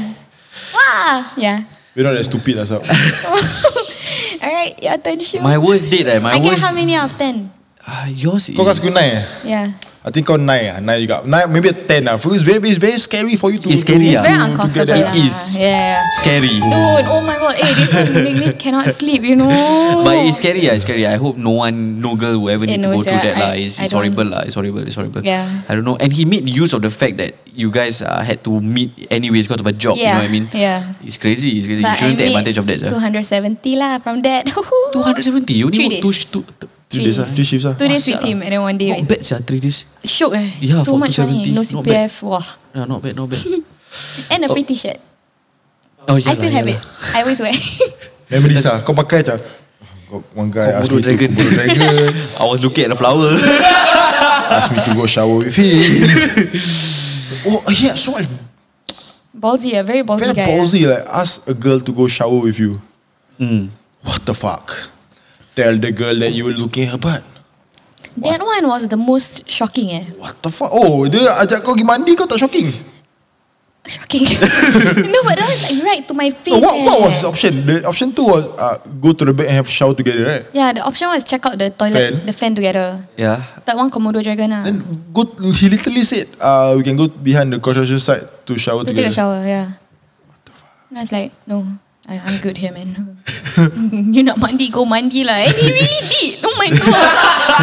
F: Wow. Yeah.
A: We're not as stupid as well.
F: All right. Your turn, Shu.
B: My worst date, eh? My
F: I get
B: worst.
F: how many out of ten?
B: Ah, yours is.
A: Kau kasi aku nine eh?
F: Yeah.
A: I think kau nine ah, nine juga. Nine, maybe a ten ah. Because it's very, it's very scary for you to.
B: It's scary
A: to,
F: It's very
A: to- to get
F: uncomfortable.
A: that.
F: lah.
B: It is.
F: Yeah.
B: Scary.
F: Dude, oh my god. Hey, this one make me cannot sleep. You know.
B: But it's scary, yeah, it's scary. I hope no one, no girl will ever
F: Oh. It
B: need to go
F: knows,
B: through
F: yeah,
B: that. lah.
F: I-
B: It's,
F: I
B: it's
F: don't-
B: horrible, lah. It's horrible, it's horrible.
F: Yeah.
B: I don't know. And he made use of the fact that you guys uh, had to meet anyways because of a job, you know
F: Yeah,
B: what I mean?
F: yeah.
B: It's crazy, it's crazy. you
F: But
B: shouldn't take
F: I made
B: advantage of that. sir.
F: 270 lah from that.
B: 270? You only
F: Three
B: work
F: days.
B: two, sh- two, th-
A: Three days ah, three shifts ah.
F: Two days with him and then one day
B: Not
F: with
B: bad, sir, three days.
F: Shook eh.
B: Yeah,
F: so
B: for
F: much money.
B: 270,
F: No
B: not bad.
F: CPF. Wah.
B: Yeah, not bad, not bad.
F: And a free t-shirt.
B: Oh, yeah
F: I still have it. I always wear.
A: Memories ah. Kau pakai macam. got One guy asked
B: Komodo
A: me to
B: dragon.
A: Komodo dragon.
B: I was looking at the flower.
A: asked me to go shower with him. oh, he had so much
F: ballsy, a very ballsy
A: very
F: guy. eh.
A: ballsy. Like ask a girl to go shower with you.
B: Hmm.
A: What the fuck? Tell the girl that you were looking at her butt.
F: That one was the most shocking eh.
A: What the fuck? Oh, dia ajak kau pergi mandi kau tak shocking?
F: Shocking. no, but that was like right to my
A: No,
F: face.
A: what,
F: eh.
A: what was the option? The option two was uh, go to the bed and have shower together, right?
F: Yeah, the option was check out the toilet,
A: Fan.
F: the fan together.
B: yeah.
F: That one Komodo dragon ah.
A: Then go, he literally said, uh, we can go behind the construction site to shower
F: To
A: together.
F: take a shower, yeah. And I was like, no, I, I'm good here, man. you nak mandi, go mandi lah. And he really did. Oh my god.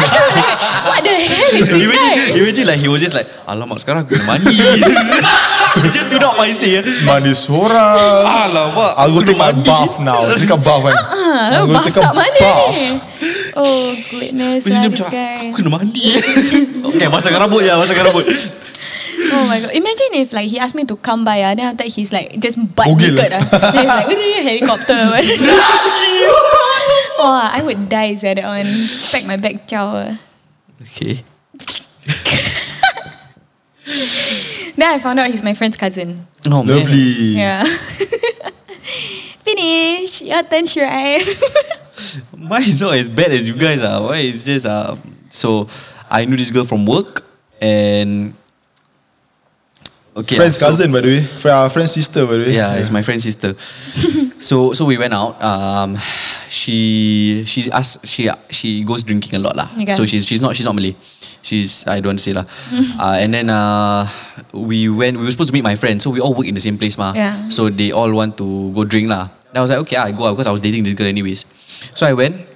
F: I was like, what the hell is this
B: Imagine,
F: guy?
B: imagine like he was just like, alamak sekarang aku nak mandi. he just stood up and say,
A: Mandi seorang.
B: alamak.
A: I'll go
B: aku
A: take
B: nak
A: my
B: mandi."
A: bath now. Take a bath kan.
F: Ah,
A: I'll go
F: buff
A: take a
F: kat mana
A: bath.
F: ni? Oh goodness
B: Dia
F: lah
B: macam,
F: this guy.
B: Aku kena mandi. okay, masakkan rambut je, masakkan rambut.
F: Oh my god. Imagine if like he asked me to come by ah, then after that he's like just butt
A: Bogil.
F: naked ah. Then he's like, "Woo, helicopter. oh, I would die sia that one. Pack my bag ciao. ah.
B: Okay.
F: Then I found out he's my friend's cousin.
B: Oh, man.
A: Lovely.
F: Yeah. Finish. Your turn, Shirai.
B: Mine is not as bad as you guys are. Why it's just uh, so I knew this girl from work and okay.
A: friend's
B: so-
A: cousin, by the way. Friend, uh, friend's sister, by the way.
B: Yeah, it's my friend's sister. so so we went out. Um, she she asked she she goes drinking a lot lah.
F: Okay.
B: So she's she's not she's not Malay. She's I don't want to say lah. uh, and then uh, we went. We were supposed to meet my friend. So we all work in the same place ma.
F: Yeah.
B: So they all want to go drink lah. And I was like okay, I go out because I was dating this girl anyways. So I went.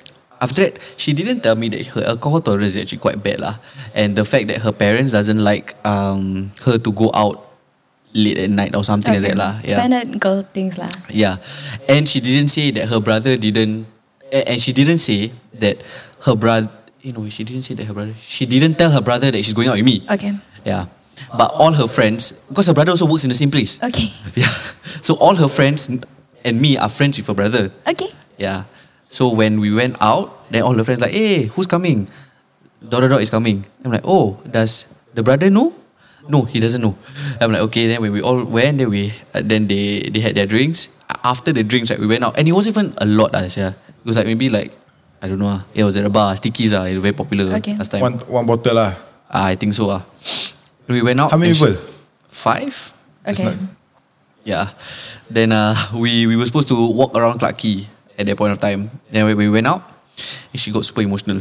B: After that, she didn't tell me that her alcohol tolerance is actually quite bad lah, and the fact that her parents doesn't like um her to go out late at night or something like that lah. Yeah.
F: Standard girl things lah.
B: Yeah, and she didn't say that her brother didn't, a- and she didn't say that her brother. You know, she didn't say that her brother. She didn't tell her brother that she's going out with me.
F: Okay.
B: Yeah, but all her friends, because her brother also works in the same place.
F: Okay.
B: Yeah, so all her friends and me are friends with her brother.
F: Okay.
B: Yeah. Ya. So when we went out, then all the friends like, hey, who's coming? Dot dot dot is coming. I'm like, oh, does the brother know? No, he doesn't know. I'm like, okay. Then when we all went, then we uh, then they they had their drinks. A- After the drinks, like we went out, and it wasn't even a lot, as yeah. It was like maybe like I don't know. ah. Yeah, it was at a bar. Stickies ah, it was very popular
F: Okay.
B: last time.
A: One, one bottle lah.
B: Ah, I think so ah. We went out.
A: How many
B: and she-
A: people?
B: Five.
F: Okay.
B: Yeah. Ya. Then uh, we we were supposed to walk around Clark Key at that point of time. Then when we went out, and she got super emotional,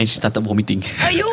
B: and she started vomiting.
F: Ayo.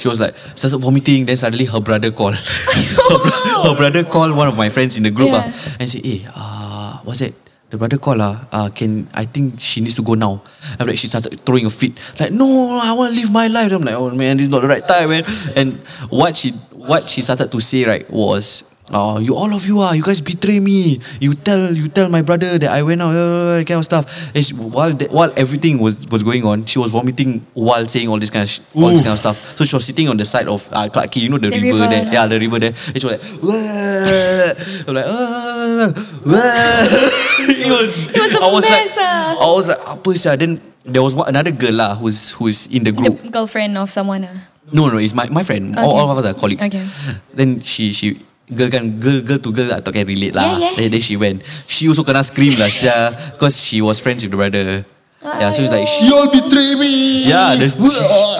B: She was like started vomiting. Then suddenly her brother called. her, bro- her brother called one of my friends in the group, ah,
F: Yeah.
B: and said, "Hey, uh, what's it? the brother call lah, uh, can I think she needs to go now. After that, she started throwing a fit. Like, no, I want to live my life. I'm like, oh man, this is not the right time, man. And what she what she started to say right was, oh, you all of you are, you guys betray me. You tell you tell my brother that I went out, uh, kind of stuff. And she, while that, while everything was was going on, she was vomiting while saying all this kind of sh- all this kind of stuff. So she was sitting on the side of uh, Clarke Quay, you know the,
F: The
B: river,
F: river.
B: there, yeah, the river there. And she was like, "Wah." I'm like, "Ah, wah." it was,
F: It was a
B: I was
F: mess,
B: like,
F: ah.
B: I was like, apa sia? Then there was one, another girl lah who's who's in the
F: The
B: group.
F: girlfriend of someone. ah.
B: No, no, it's my, my friend. All,
F: Okay.
B: all of us are colleagues.
F: Okay.
B: Then she she girl kan girl girl to girl tak tahu can relate lah.
F: Yeah, yeah.
B: Then, then she went. She also kena scream lah sia because she was friends with the brother. Yeah, so it's like
F: Ah.
B: she,
A: You all betray me.
B: yeah, there's, she,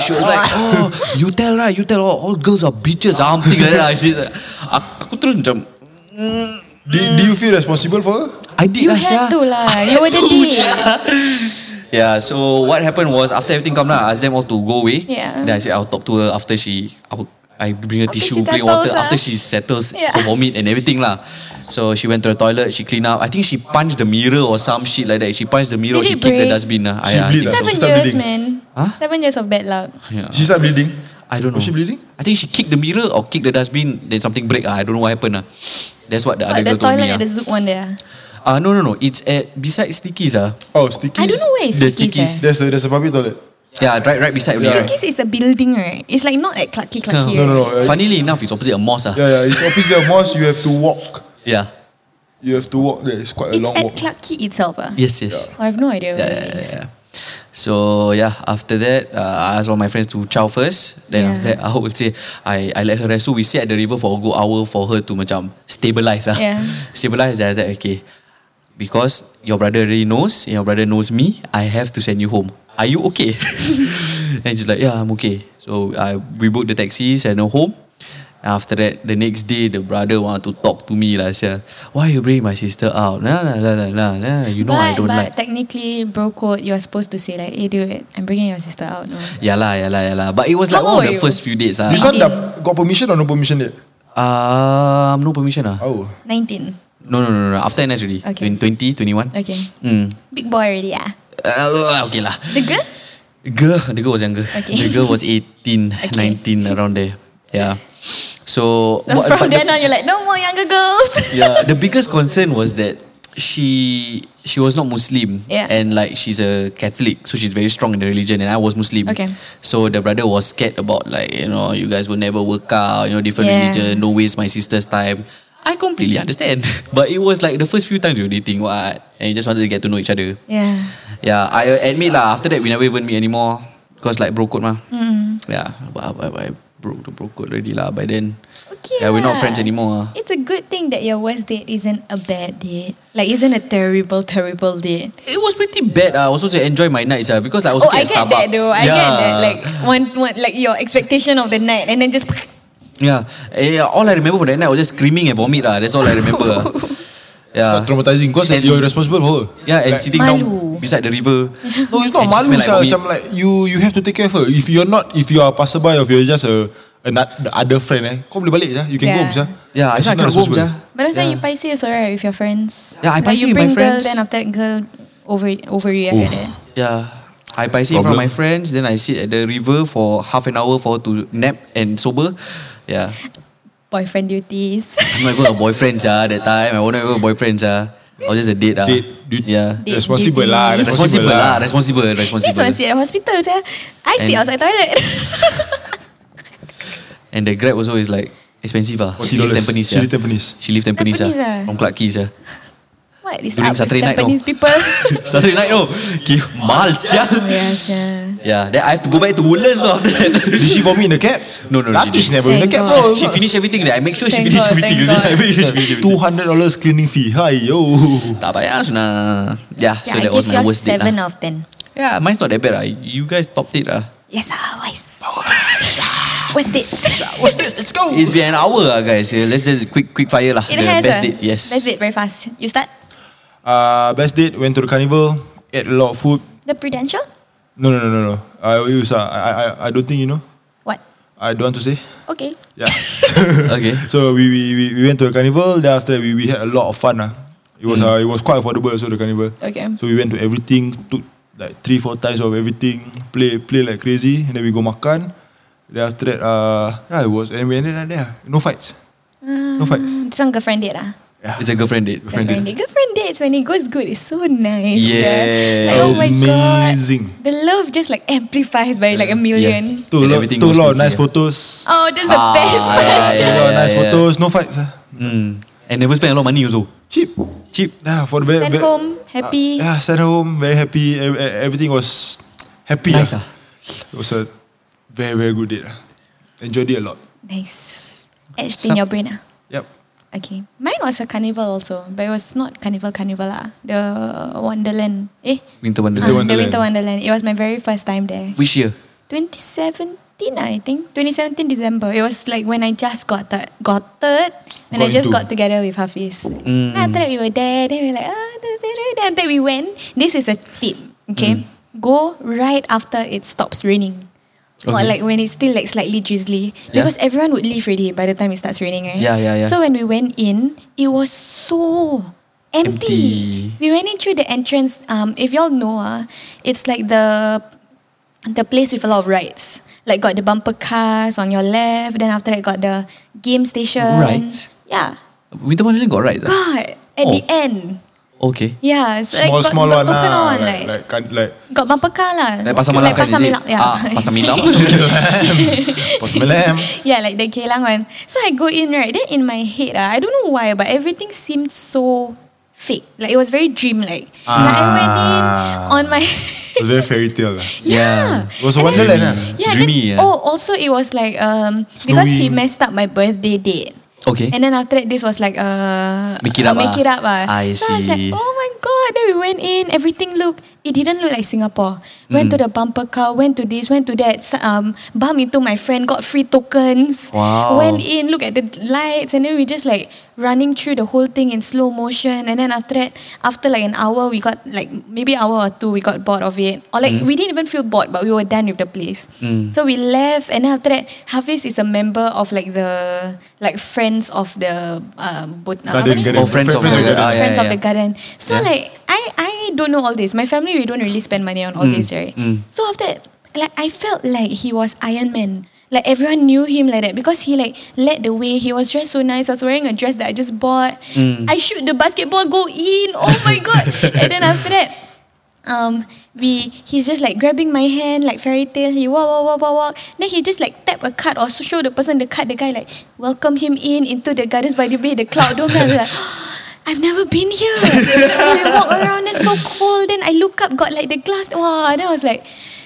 B: she was like, oh, you tell right, you tell all, all girls are bitches, ah, something like that. She's like, aku, aku terus macam,
A: do, do you feel responsible for her?
B: I did
F: You
B: lah sia.
F: had to lah.
B: I
F: You were the
B: had to,
F: dick.
B: sia. Yeah, so what happened was after everything come lah, I asked them all to go away.
F: Yeah.
B: Then I said I'll talk to her after she, I'll, I bring her
F: After
B: tissue,
F: she
B: bring
F: settles,
B: water,
F: ah.
B: after she settles
F: Yeah.
B: her vomit and everything lah. So she went to the toilet, she cleaned up. I think she punched the mirror or some shit like that. She punched the mirror, she
F: Did it
B: kicked the
F: break?
B: dustbin lah.
A: She bleed
B: I, I,
A: lah.
B: think
A: so
F: Seven
A: start
F: years,
A: bleeding.
F: man.
B: Huh?
F: Seven years of bad luck.
A: She start bleeding.
B: I don't know.
A: Was she bleeding?
B: I think she kicked the mirror or kicked the dustbin, then something break. ah. I don't know what happened. ah. That's what the
F: But
B: other
F: the
B: girl told
F: toilet
B: me.
F: at
B: ah.
F: the Zook one there.
B: Ah no no no, it's at besides Stickies ah.
A: Oh, sticky.
F: I don't know where it's
B: The
F: Stickies. eh.
A: There's a there's a public toilet.
B: Yeah, right right beside only. Right.
F: Stickies is a building, right? It's like not at Clarke Quay, Clarke Quay.
A: No, no, no. uh,
F: right?
B: Funnily enough, it's opposite a mosque ah.
A: Yeah, yeah. It's opposite the mosque. You have to walk.
B: Yeah.
A: You have to walk there. It's quite a
F: It's
A: long
F: at
A: walk.
F: Clarke Quay itself. ah.
B: Yes yes.
F: I have no idea where
B: Yeah,
F: it
B: yeah,
F: is.
B: yeah. So yeah, after that, uh, I asked all my friends to chow first. Then
F: Yeah.
B: after that, I would say I, I let her rest. So we sit at the river for a good hour for her to macam stabilize ah.
F: Yeah.
B: Stabilize. Then I said okay, because your brother already knows, and your brother knows me. I have to send you home. Are you okay? and she's like, yeah, I'm okay. So I we booked the taxi, sent her home. After that, the next day, the brother wanted to talk to me lah. sia. Why you bring my sister out? Nah, nah, nah, nah, nah, nah. You know I
F: but,
B: don't
F: but
B: like.
F: technically, bro code, you're supposed to say like, hey dude, I'm bringing your sister out. No?
B: Yeah lah, yeah lah, yeah lah. But it was like
F: How
B: one of
F: old
B: the
F: are you?
B: first few dates. Ah,
A: You start the, got permission or no permission yet?
B: um, no permission ah.
A: Oh,
F: 19.
B: No, no, no, no. After N actually.
F: Okay.
B: Okay. 20, 21.
F: Okay.
B: Mm.
F: Big boy already, yeah.
B: Uh, okay lah.
F: The girl?
B: Girl, the girl was younger.
F: Okay.
B: The girl was 18,
F: Okay.
B: 19 around there. Yeah. So,
F: So
B: what-
F: from
B: but the-
F: then on, you're like, no more younger girls.
B: yeah, the biggest concern was that she she was not Muslim
F: Yeah.
B: and like she's a Catholic, so she's very strong in the religion. And I was Muslim,
F: Okay.
B: So the brother was scared about like you know you guys will never work out, you know different
F: Yeah.
B: religion, don't waste my sister's time. I completely understand, but it was like the first few times we were dating, what, and you just wanted to get to know each other.
F: yeah.
B: Yeah, I uh, admit lah. After that, we never even meet anymore. Cause like bro code mah.
F: Mm-hmm.
B: Yeah, but, but, but I broke the bro code already lah. By then,
F: Okay.
B: yeah, we're not
F: lah.
B: friends anymore. ah.
F: It's a good thing that your worst date isn't a bad date. Like, isn't a terrible, terrible date.
B: It was pretty bad. Uh, also to enjoy my nights uh, because like, I was
F: oh,
B: working at
F: I get
B: Starbucks.
F: that though. I
B: yeah.
F: get that. Like, one, one, like your expectation of the night, and then just.
B: yeah. Eh, yeah, all I remember from that night was just screaming and vomit. Uh. That's all I remember. ah. yeah.
A: traumatizing because
B: And-
A: you're responsible for her.
B: Yeah, and sitting
F: Malu.
B: down beside the river.
A: No, it's not
B: And she
A: malu
B: smell like
A: like,
B: vomit.
A: macam like you you have to take care of her. If you're not, if you are a passerby, or if you're just a another other friend, eh, kau boleh balik sah. You can
F: Yeah.
A: go home sah.
B: Yeah,
A: She's not
B: I think I cannot go home.
A: responsible.
B: sia.
F: But also,
B: Yeah.
F: you paiseh also right with your friends.
B: Yeah, I
F: like,
B: paiseh
F: you
B: with my
F: bring
B: friends.
F: Girl, then after that, girl over overreact
A: Oof.
F: at it.
B: Yeah. I paiseh from
A: Problem.
B: my friends. Then I sit at the river for half an hour for to nap and sober. Yeah.
F: Boyfriend duties.
B: I'm not even a boyfriend ah that time. I wasn't even a boyfriend ah. I was just a date ah.
A: Date, dude.
B: Yeah.
F: Date
A: Responsible
F: duty.
A: lah. Responsible
B: Responsible lah.
A: lah.
B: Responsible.
F: This one
B: Responsible.
F: sit at hospital, yeah. I sit
B: And-
F: outside toilet.
B: And the Grab also is like expensive ah.
A: $40.
B: She live Tampines
A: She
B: ah.
A: live Tampines.
B: She live Tampines ah.
F: Tampines ah.
B: From Clarke Quay ah.
F: what is
B: During
F: up with
B: Saturday night, no.
F: Tampines people?
B: Saturday night no. Give mal sia.
F: Oh, yes, yeah.
B: Yeah. Then I have to go back to Woodlands though after that.
A: Did she vomit in the cab?
B: No, no, she
A: Lucky she
B: didn't.
A: never in the
F: Thank
A: cab.
F: God.
A: Oh,
B: she finish everything there. I make sure she
F: Thank
B: finish
F: God,
B: everything.
F: thank
B: I make sure she finish
A: Two
B: everything.
A: hundred dollars cleaning fee. Hi yo.
B: Tak payah Suna. Yeah, so
F: yeah,
B: that
F: I
B: was
F: give
B: my
F: yours
B: worst date
F: seven
B: lah.
F: ah. of ten.
B: Yeah, mine's not that bad ah. You guys topped it ah.
F: Yes, always.
B: Oh.
F: Worst dates.
A: What's this? Let's go.
B: It's been an hour ah guys. Uh, Let's just quick quick fire lah.
F: It
B: the
F: has
B: best
F: ah.
B: date. Yes.
F: Best date very fast. You start
A: Uh, best date went to the carnival. Ate a lot of food.
F: the prudential.
A: No, no, no, no, no. I use. Uh, I, I, I don't think you know.
F: What?
A: I don't want to say.
F: Okay.
A: Yeah.
B: Okay.
A: So we, we, we, we went to a carnival. Then after that, we, we had a lot of fun. ah.
G: It
B: Mm.
G: was uh, it was quite affordable also the carnival.
F: Okay.
G: So we went to everything, took like three four times of everything, play play like crazy, and then we go makan. Then after that, uh, yeah, it was and we ended up there. No fights, no fights.
F: Mm, This one girlfriend date lah.
G: Yeah.
B: It's a girlfriend date.
G: Girlfriend
F: Girlfriend date. Girlfriend dates when it goes good is so nice.
B: Yeah.
F: sia.
B: Ah.
F: Like, oh my god.
G: Amazing.
F: The love just like amplifies by like a million.
B: Yeah.
G: Took a
B: And
G: lot,
B: everything
G: took a
B: goes
G: lot of
B: smoothly,
G: nice
B: yeah.
G: photos.
F: Oh, that's the
B: Ah,
F: best
B: yeah,
F: part.
G: Took a lot of nice
B: yeah, yeah.
G: photos. No fights. ah.
B: Mm. And never spend a lot of money also.
G: Cheap.
B: Cheap.
G: Yeah, for the very,
F: Send
G: very- Ah,
F: home, happy.
G: Yeah, sent home very happy. Ev- ev- Everything was happy.
B: Nice
G: ah.
B: ah.
G: It was a very very good date. ah. Enjoyed it a lot.
F: Nice. Etched in
B: Sup-
F: your brain ah.
G: Yep.
F: Okay. Mine was a carnival also, but it was not carnival carnival lah. The Wonderland. Eh?
B: Winter Wonderland.
G: Winter
F: Ah,
G: Wonderland.
F: The Winter Wonderland. It was my very first time there.
B: Which year?
F: 2017, I think. 2017 December. It was like when I just got that, got third, and
G: Got
F: I just
G: into.
F: got together with Hafiz.
B: Mm.
F: Then After that, we were there. Then we were like, ah, da, da, da, da. then we went. This is a tip,
B: Mm.
F: okay? Go right after it stops raining. Or
B: Okay.
F: like when it's still like slightly drizzly,
B: Yeah.
F: because everyone would leave already by the time it starts raining, right?
B: Yeah, yeah, yeah.
F: So when we went in, it was so empty.
B: Empty.
F: We went in through the entrance. Um, if y'all know, ah, it's like the the place with a lot of rides. Like got the bumper cars on your left, then after that got the game station.
B: Rides?
F: Yeah.
B: Winter Wonderland got right. ah?
F: God, at the end.
B: Okay.
F: Yeah. So
G: Small
F: like, got,
G: small
F: got
G: one
F: open
G: lah.
F: one, like,
G: like, like, can- like
F: got bumper car lah.
B: Like Pasar Malam
F: Like
B: kan
F: Pasar
B: is it?
F: Malam, yeah.
B: Ah, Pasar Malam.
G: Pas Malam.
F: Yeah, like the Geylang one. So I go in right, then in my head, ah, I don't know why, but everything seemed so fake. Like it was very dream-like. Like I went in on my...
G: It was very fairy tale. lah. Ah.
B: Yeah.
G: It was a
F: And then-
G: wonderland. ah.
F: Yeah,
B: Dreamy,
F: then,
B: yeah.
F: Oh, also it was like um because he
G: Snowy.
F: messed up my birthday date.
B: Okay.
F: And then after that, this was like uh
B: Make it up
F: make
B: ah.
F: it up ah.
B: I
F: so I was like,
B: see.
F: oh my god. Then we went in. Everything looked. It didn't look like Singapore. Went to
B: Hmm.
F: the bumper car. Went to this. Went to that. s- Um, bumped into my friend. Got free tokens.
B: Wow.
F: Went in. Look at the lights. And then we just like running through the whole thing in slow motion. And then after that, after like an hour, we got like maybe hour or two, we got bored of it. Or like we didn't even feel bored, but we were done with the place. So we left. And then after that, Hafiz is a member of like the like friends of the um, bot- uh,
G: Garden,
F: apa ni?
G: garden.
B: Oh, friends of the
G: Friends of the
B: garden. Ah, yeah,
F: Friends
B: yeah,
F: of the
B: yeah.
F: garden. So
B: Yeah.
F: like I I don't know all this. My family we don't really spend money on all Hmm. this, right?
B: mm.
F: So after that, like I felt like he was Iron Man. Like everyone knew him like that because he like led the way. He was dressed so nice. I was wearing a dress that I just bought.
B: Mm.
F: I shoot the basketball go in. Oh my god! and then after that, um, we he's just like grabbing my hand like fairy tale. He walk walk walk walk walk. Then he just like tap a card or so- show the person the card. The guy like welcome him in into the gardens by the bay, the cloud dome. Then I was like, I've never been here. and we walk around. It's so cold. Then I look up, got like the glass. Wow. Then I was like,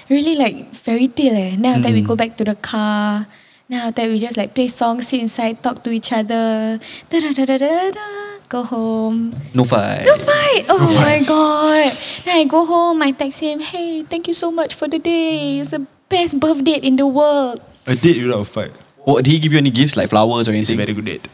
F: really like fairy tale. Eh. Now that we
B: Mm-hmm.
F: go back to the car. Now that we just like play songs, sit inside, talk to each other. Da da da da da da. Go home.
B: No fight.
F: No fight. Oh my god. Then I go home, I text him, hey, thank you so much for the day. It's the best birthday in the world.
G: A date without a fight.
B: What, did he give you any gifts like flowers or
G: It's a
B: anything?
G: very good date.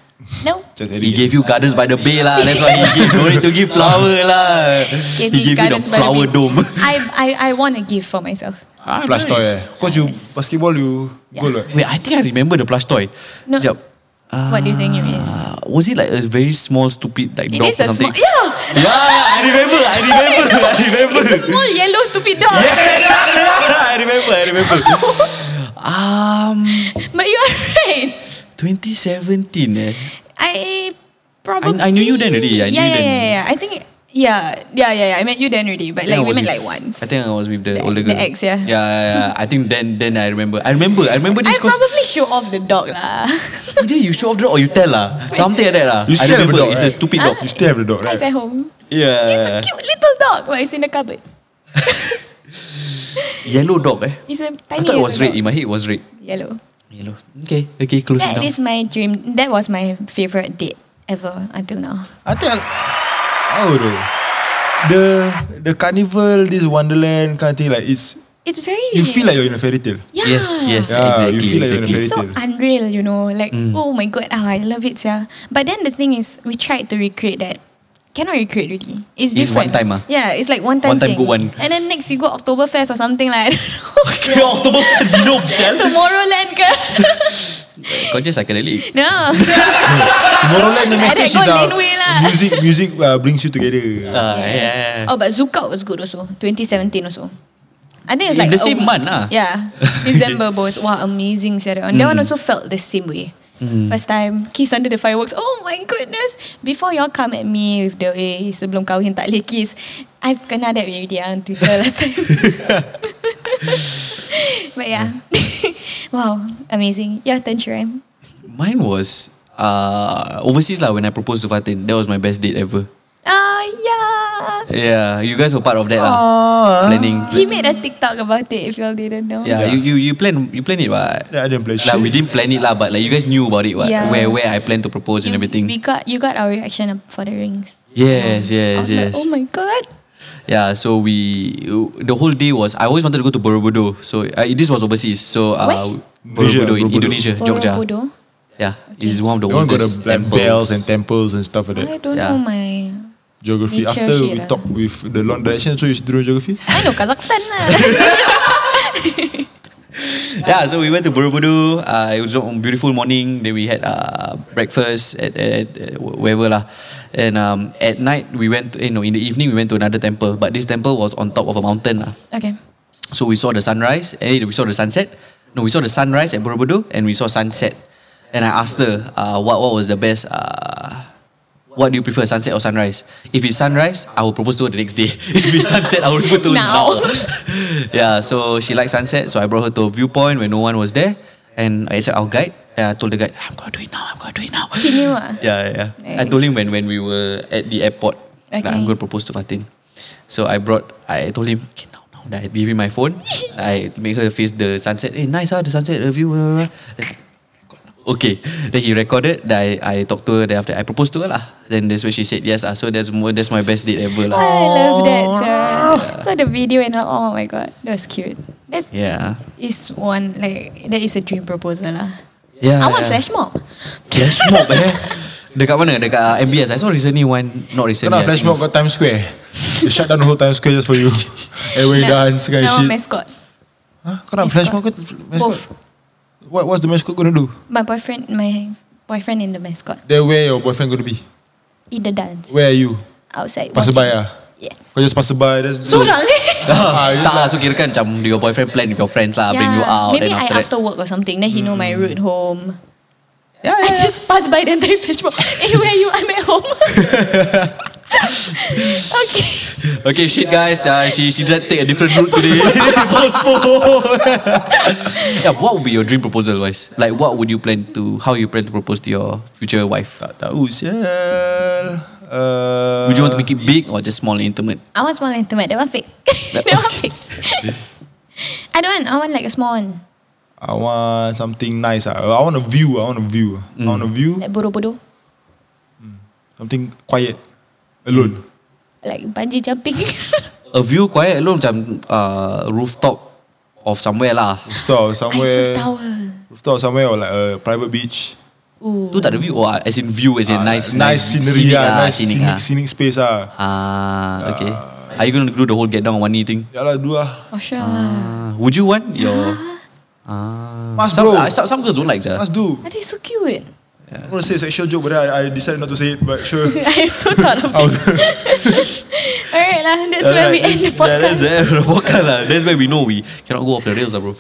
F: No?
G: Just
B: He gave you gardens by the bay lah. That's why he gave. Don't need to give flower lah. he gave you the
F: gardens by the
B: flower
F: bay.
B: dome.
F: I, I, I want a gift for myself.
B: Ah,
G: plus toy. eh.
B: nice.
G: Because you basketball you
F: Yeah.
G: goal. right?
B: Wait, I think I remember the plush toy.
F: No.
B: Sekejap.
F: what do you think it is?
B: Uh, was it like a very small, stupid like
F: It
B: dog
F: is
B: or
F: a
B: something?
F: small Yeah!
B: yeah, yeah, I remember. I remember. I remember.
F: It's a small yellow stupid dog.
B: I remember. I remember. um,
F: But you are right.
B: 2017. Eh.
F: I probably
B: I knew you then already. I knew
F: yeah, yeah,
B: then.
F: yeah, yeah. I think yeah, yeah, yeah, yeah. I met you then already, but
B: I think I
F: like we
B: was
F: met
B: with-
F: like once.
B: I think I was with the,
F: The-
B: older
F: the
B: girl.
F: ex, yeah.
B: Yeah, yeah, yeah. I think then, then I remember. I remember. I remember
F: I
B: this because
F: probably show off the dog lah.
B: either you show off the dog or you tell lah. Something like that lah.
G: You
B: I
G: still have a
B: remember.
G: dog.
B: it's
G: right?
B: a stupid
F: Huh?
B: dog.
G: You still have the dog, right?
F: It's at home. It's
B: Yeah.
F: a cute little dog, but it's in the cupboard.
B: Yellow dog. Eh.
F: It's a
B: I
F: tiny.
B: thought it was
F: yellow
B: red. In my head, it was red.
F: dog. Yellow.
B: Yellow. Okay. Okay. Close
F: That
B: enough.
F: is my dream. That was my favorite date ever until now.
G: I think I, oh, no. the the carnival, this wonderland kind of thing, like it's
F: It's very.
G: you feel like you're in a fairy tale.
F: Yeah.
B: Yes. Yes.
G: Yeah,
B: exactly.
G: you feel like you're in a
B: exactly.
G: fairy
F: It's so
G: tale.
F: unreal, you know. Like,
B: Mm.
F: oh my god, ah, I love it, yeah. But then the thing is, we tried to recreate that. Cannot recreate really. It's
B: It's
F: different.
B: one time, ah.
F: Yeah, it's like one
B: One
F: time.
B: time
F: thing.
B: good one.
F: And then next you go Oktoberfest or something like. I don't know.
B: Oktoberfest, no, sel.
F: Tomorrowland, ke?
B: Kau je psychedelic.
F: No.
G: Tomorrowland the
F: Like
G: message
F: that
G: is
F: go
G: uh,
F: lane way lah.
G: music music uh, brings you together.
B: Ah, yeah.
F: oh, but Zukout was good also. 2017 also. I think it's
B: In
F: like
B: the
F: a
B: same
F: week.
B: month ah? lah.
F: Yeah, December both. Wow, amazing. Said on
B: Hmm.
F: that one also felt the same way. First time kiss under the fireworks. Oh my goodness! Before y'all come at me with the eh, sebelum kahwin tak boleh kiss. I kena that with dia on Twitter last time. but yeah, wow, amazing. Yeah, turn Shirem.
B: Mine was uh, overseas lah when I proposed to Fatin. That was my best date ever.
F: Ah yeah.
B: Yeah, you guys were part of that
G: Ah.
B: lah. Planning.
F: He made a TikTok about it. If y'all didn't know.
B: Yeah, you you you plan you plan it what?
G: Yeah, I didn't plan
B: Like we
G: shit.
B: didn't plan it lah, but like you guys knew about it what?
F: Yeah.
B: Where where I plan to propose and
F: You-
B: everything.
F: We got you got our reaction for the rings.
B: Yes,
F: I
B: yes,
F: was
B: yes.
F: like, oh my god.
B: Yeah, so we the whole day was I always wanted to go to Borobudur. So uh, this was overseas. So uh,
G: Indonesia,
B: Borobudur in
G: Borobudur.
B: Indonesia, Jogja.
F: Borobudur.
B: Yeah, it's one of the
G: They want to go to
B: oldest
G: like
B: temples.
G: bells and temples and stuff like
F: I
G: that.
F: don't
B: Yeah.
F: know my.
G: Geography.
F: Nature
G: After
F: shit
G: we
F: ah.
G: talk with the long direction, so you should do geography.
F: I know Kazakhstan lah.
B: Yeah, so we went to Borobudur. Uh, it was a beautiful morning. Then we had uh, breakfast at, at, at wherever lah. And um, at night we went. To, you know, in the evening we went to another temple. But this temple was on top of a mountain lah.
F: okay.
B: So we saw the sunrise. Eh, we saw the sunset. No, we saw the sunrise at Borobudur and we saw sunset. And I asked her, uh, what what was the best? Uh, what do you prefer, sunset or sunrise? If it's sunrise, I will propose to her the next day. if it's sunset, I will propose to her now.
F: Now.
B: yeah, so she liked sunset, so I brought her to a viewpoint where no one was there, and I said, "I'll guide." And I told the guide, "I'm gonna do it now. I'm gonna do it now."
F: He knew ah?
B: Yeah, yeah. yeah. I told him when when we were at the airport, like,
F: Okay.
B: I'm gonna propose to Fatin. So I brought, I told him, okay, now, now. Then I give him my phone. I make her face the sunset. Hey, nice ah, the sunset the view. Blah, blah, blah. Okay. Then he recorded. Then I, I talked to her. Then after I proposed to her lah. Then that's when she said yes ah. So that's mo- that's my best date ever
F: I
B: lah.
F: love that. sir. So the video and all, oh my god, that was cute. That is
B: Yeah.
F: one like that is a dream proposal lah.
B: Yeah.
F: I want
B: yeah.
F: flash mob.
B: Flash mob eh. Dekat mana? Dekat uh, MBS. I saw recently one. Not recently.
G: Kena
B: I
G: flash
B: think.
G: mob kat Times Square. They shut down the whole Times Square just for you.
B: Eh,
G: And when you dance kind of
F: Now
G: shit.
F: mascot.
G: Huh? Kau nak flash mob ke?
F: Both.
G: Mascot? What, what's the mascot gonna do?
F: My boyfriend, my boyfriend in the mascot.
G: Then where your boyfriend gonna be?
F: In the dance
G: Where are you?
F: outside.
G: Passerby
F: watching.
G: ah?
F: Yes.
G: Kau just passerby. That's
F: Sorang eh.
G: Ah, you
B: Tak
G: just
B: lah,
G: like-
B: so kira kan macam your boyfriend plan with your friends lah, bring you out.
F: Maybe
B: then
F: I
B: after that, Hmm.
F: after work or something. Then he know my route home. Yeah, I just pass by the entire flashback. hey, where you? I'm at home. okay.
B: Okay, shit, guys. Uh, she she decided to take a different route today. yeah, what would be your dream proposal, wise? Like, what would you plan to? How you plan to propose to your future wife?
G: Tak tahu sial. Uh,
B: Would you want to make it big or just small and intimate?
F: I want small intimate. That one fake. that one fake. I don't want. I want like a small one,
G: I want something nice. ah. I want a view. I want a view. I want a view.
F: like borobudur,
G: Something quiet. Alone.
F: like bungee jumping.
B: A view quiet alone, macam uh, rooftop of somewhere lah.
G: Rooftop
F: Eiffel
G: somewhere.
F: Tower.
G: Rooftop somewhere or like a private beach.
B: Tu tak ada view, or as in view, as in
G: Ah,
B: nice,
G: nice scenery.
B: scenic
G: ah,
B: ah,
G: nice
B: scenic
G: scenic,
B: ah.
G: scenic space. Ah.
B: Ah, okay. Are you gonna do the whole get down on one knee thing?
G: Yalah dua. lah.
F: For sure.
B: Ah, would you want your?
G: Must
B: Some,
G: bro.
B: uh, some, some girls don't like that.
G: Must do.
F: I think so cute.
G: I'm gonna say sexual joke, but then I, I decided not to say it. But sure.
F: I so thought of it.
G: I was,
F: All right, lah. That's where we end the
B: Yeah, that's
F: podcast.
B: the end of the podcast lah. That's where we know we cannot go off the rails lah, bro.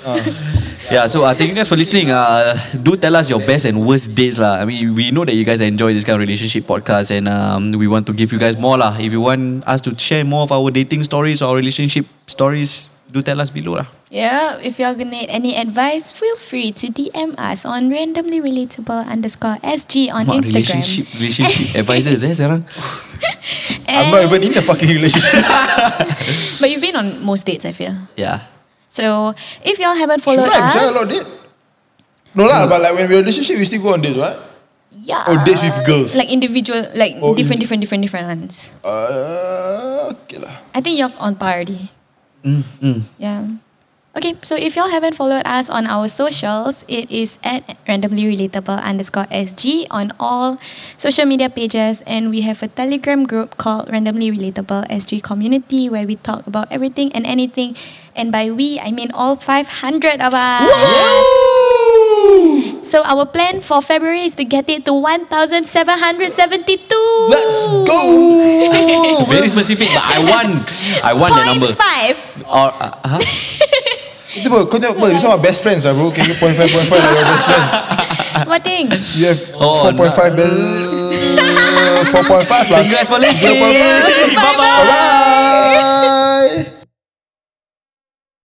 B: yeah, so uh, thank you guys for listening. Uh, do tell us your best and worst dates lah. I mean, we know that you guys enjoy this kind of relationship podcast, and um, we want to give you guys more lah. If you want us to share more of our dating stories or relationship stories, do tell us below lah.
F: Yeah, if y'all gonna need any advice, feel free to DM us on randomly relatable underscore SG on
B: Mak
F: Instagram.
B: relationship relationship advisors eh sekarang.
G: I'm not even in a fucking relationship.
F: But you've been on most dates, I feel.
B: Yeah.
F: So if y'all haven't followed
G: Sometimes, yeah, a lot of
F: us,
G: date. No lah, but like when we're in a relationship, we still go on dates, right?
F: yeah,
G: Or dates with girls.
F: like individual, like
G: Or indi-
F: different, different, different, different ones.
G: Uh, okay lah.
F: I think you're on party.
A: Mm,
F: Yeah. Okay, so if y'all haven't followed us on our socials, it is at randomly relatable underscore SG on all social media pages. And we have a telegram group called Randomly Relatable SG Community where we talk about everything and anything. And by we, I mean all 500 of us. So our plan for February is to get it to 1,772.
A: Let's go.
B: Very specific but I want I want the number
F: Oh. Point five.
B: Or uh, huh?
A: Itu bro, kau tengok bro, these are my best friends lah bro. Can you point five, point five are your best friends?
F: What thing?
A: You have
B: Oh,
A: four point five best. Four point five plus.
B: Congrats for listening
A: Bye bye.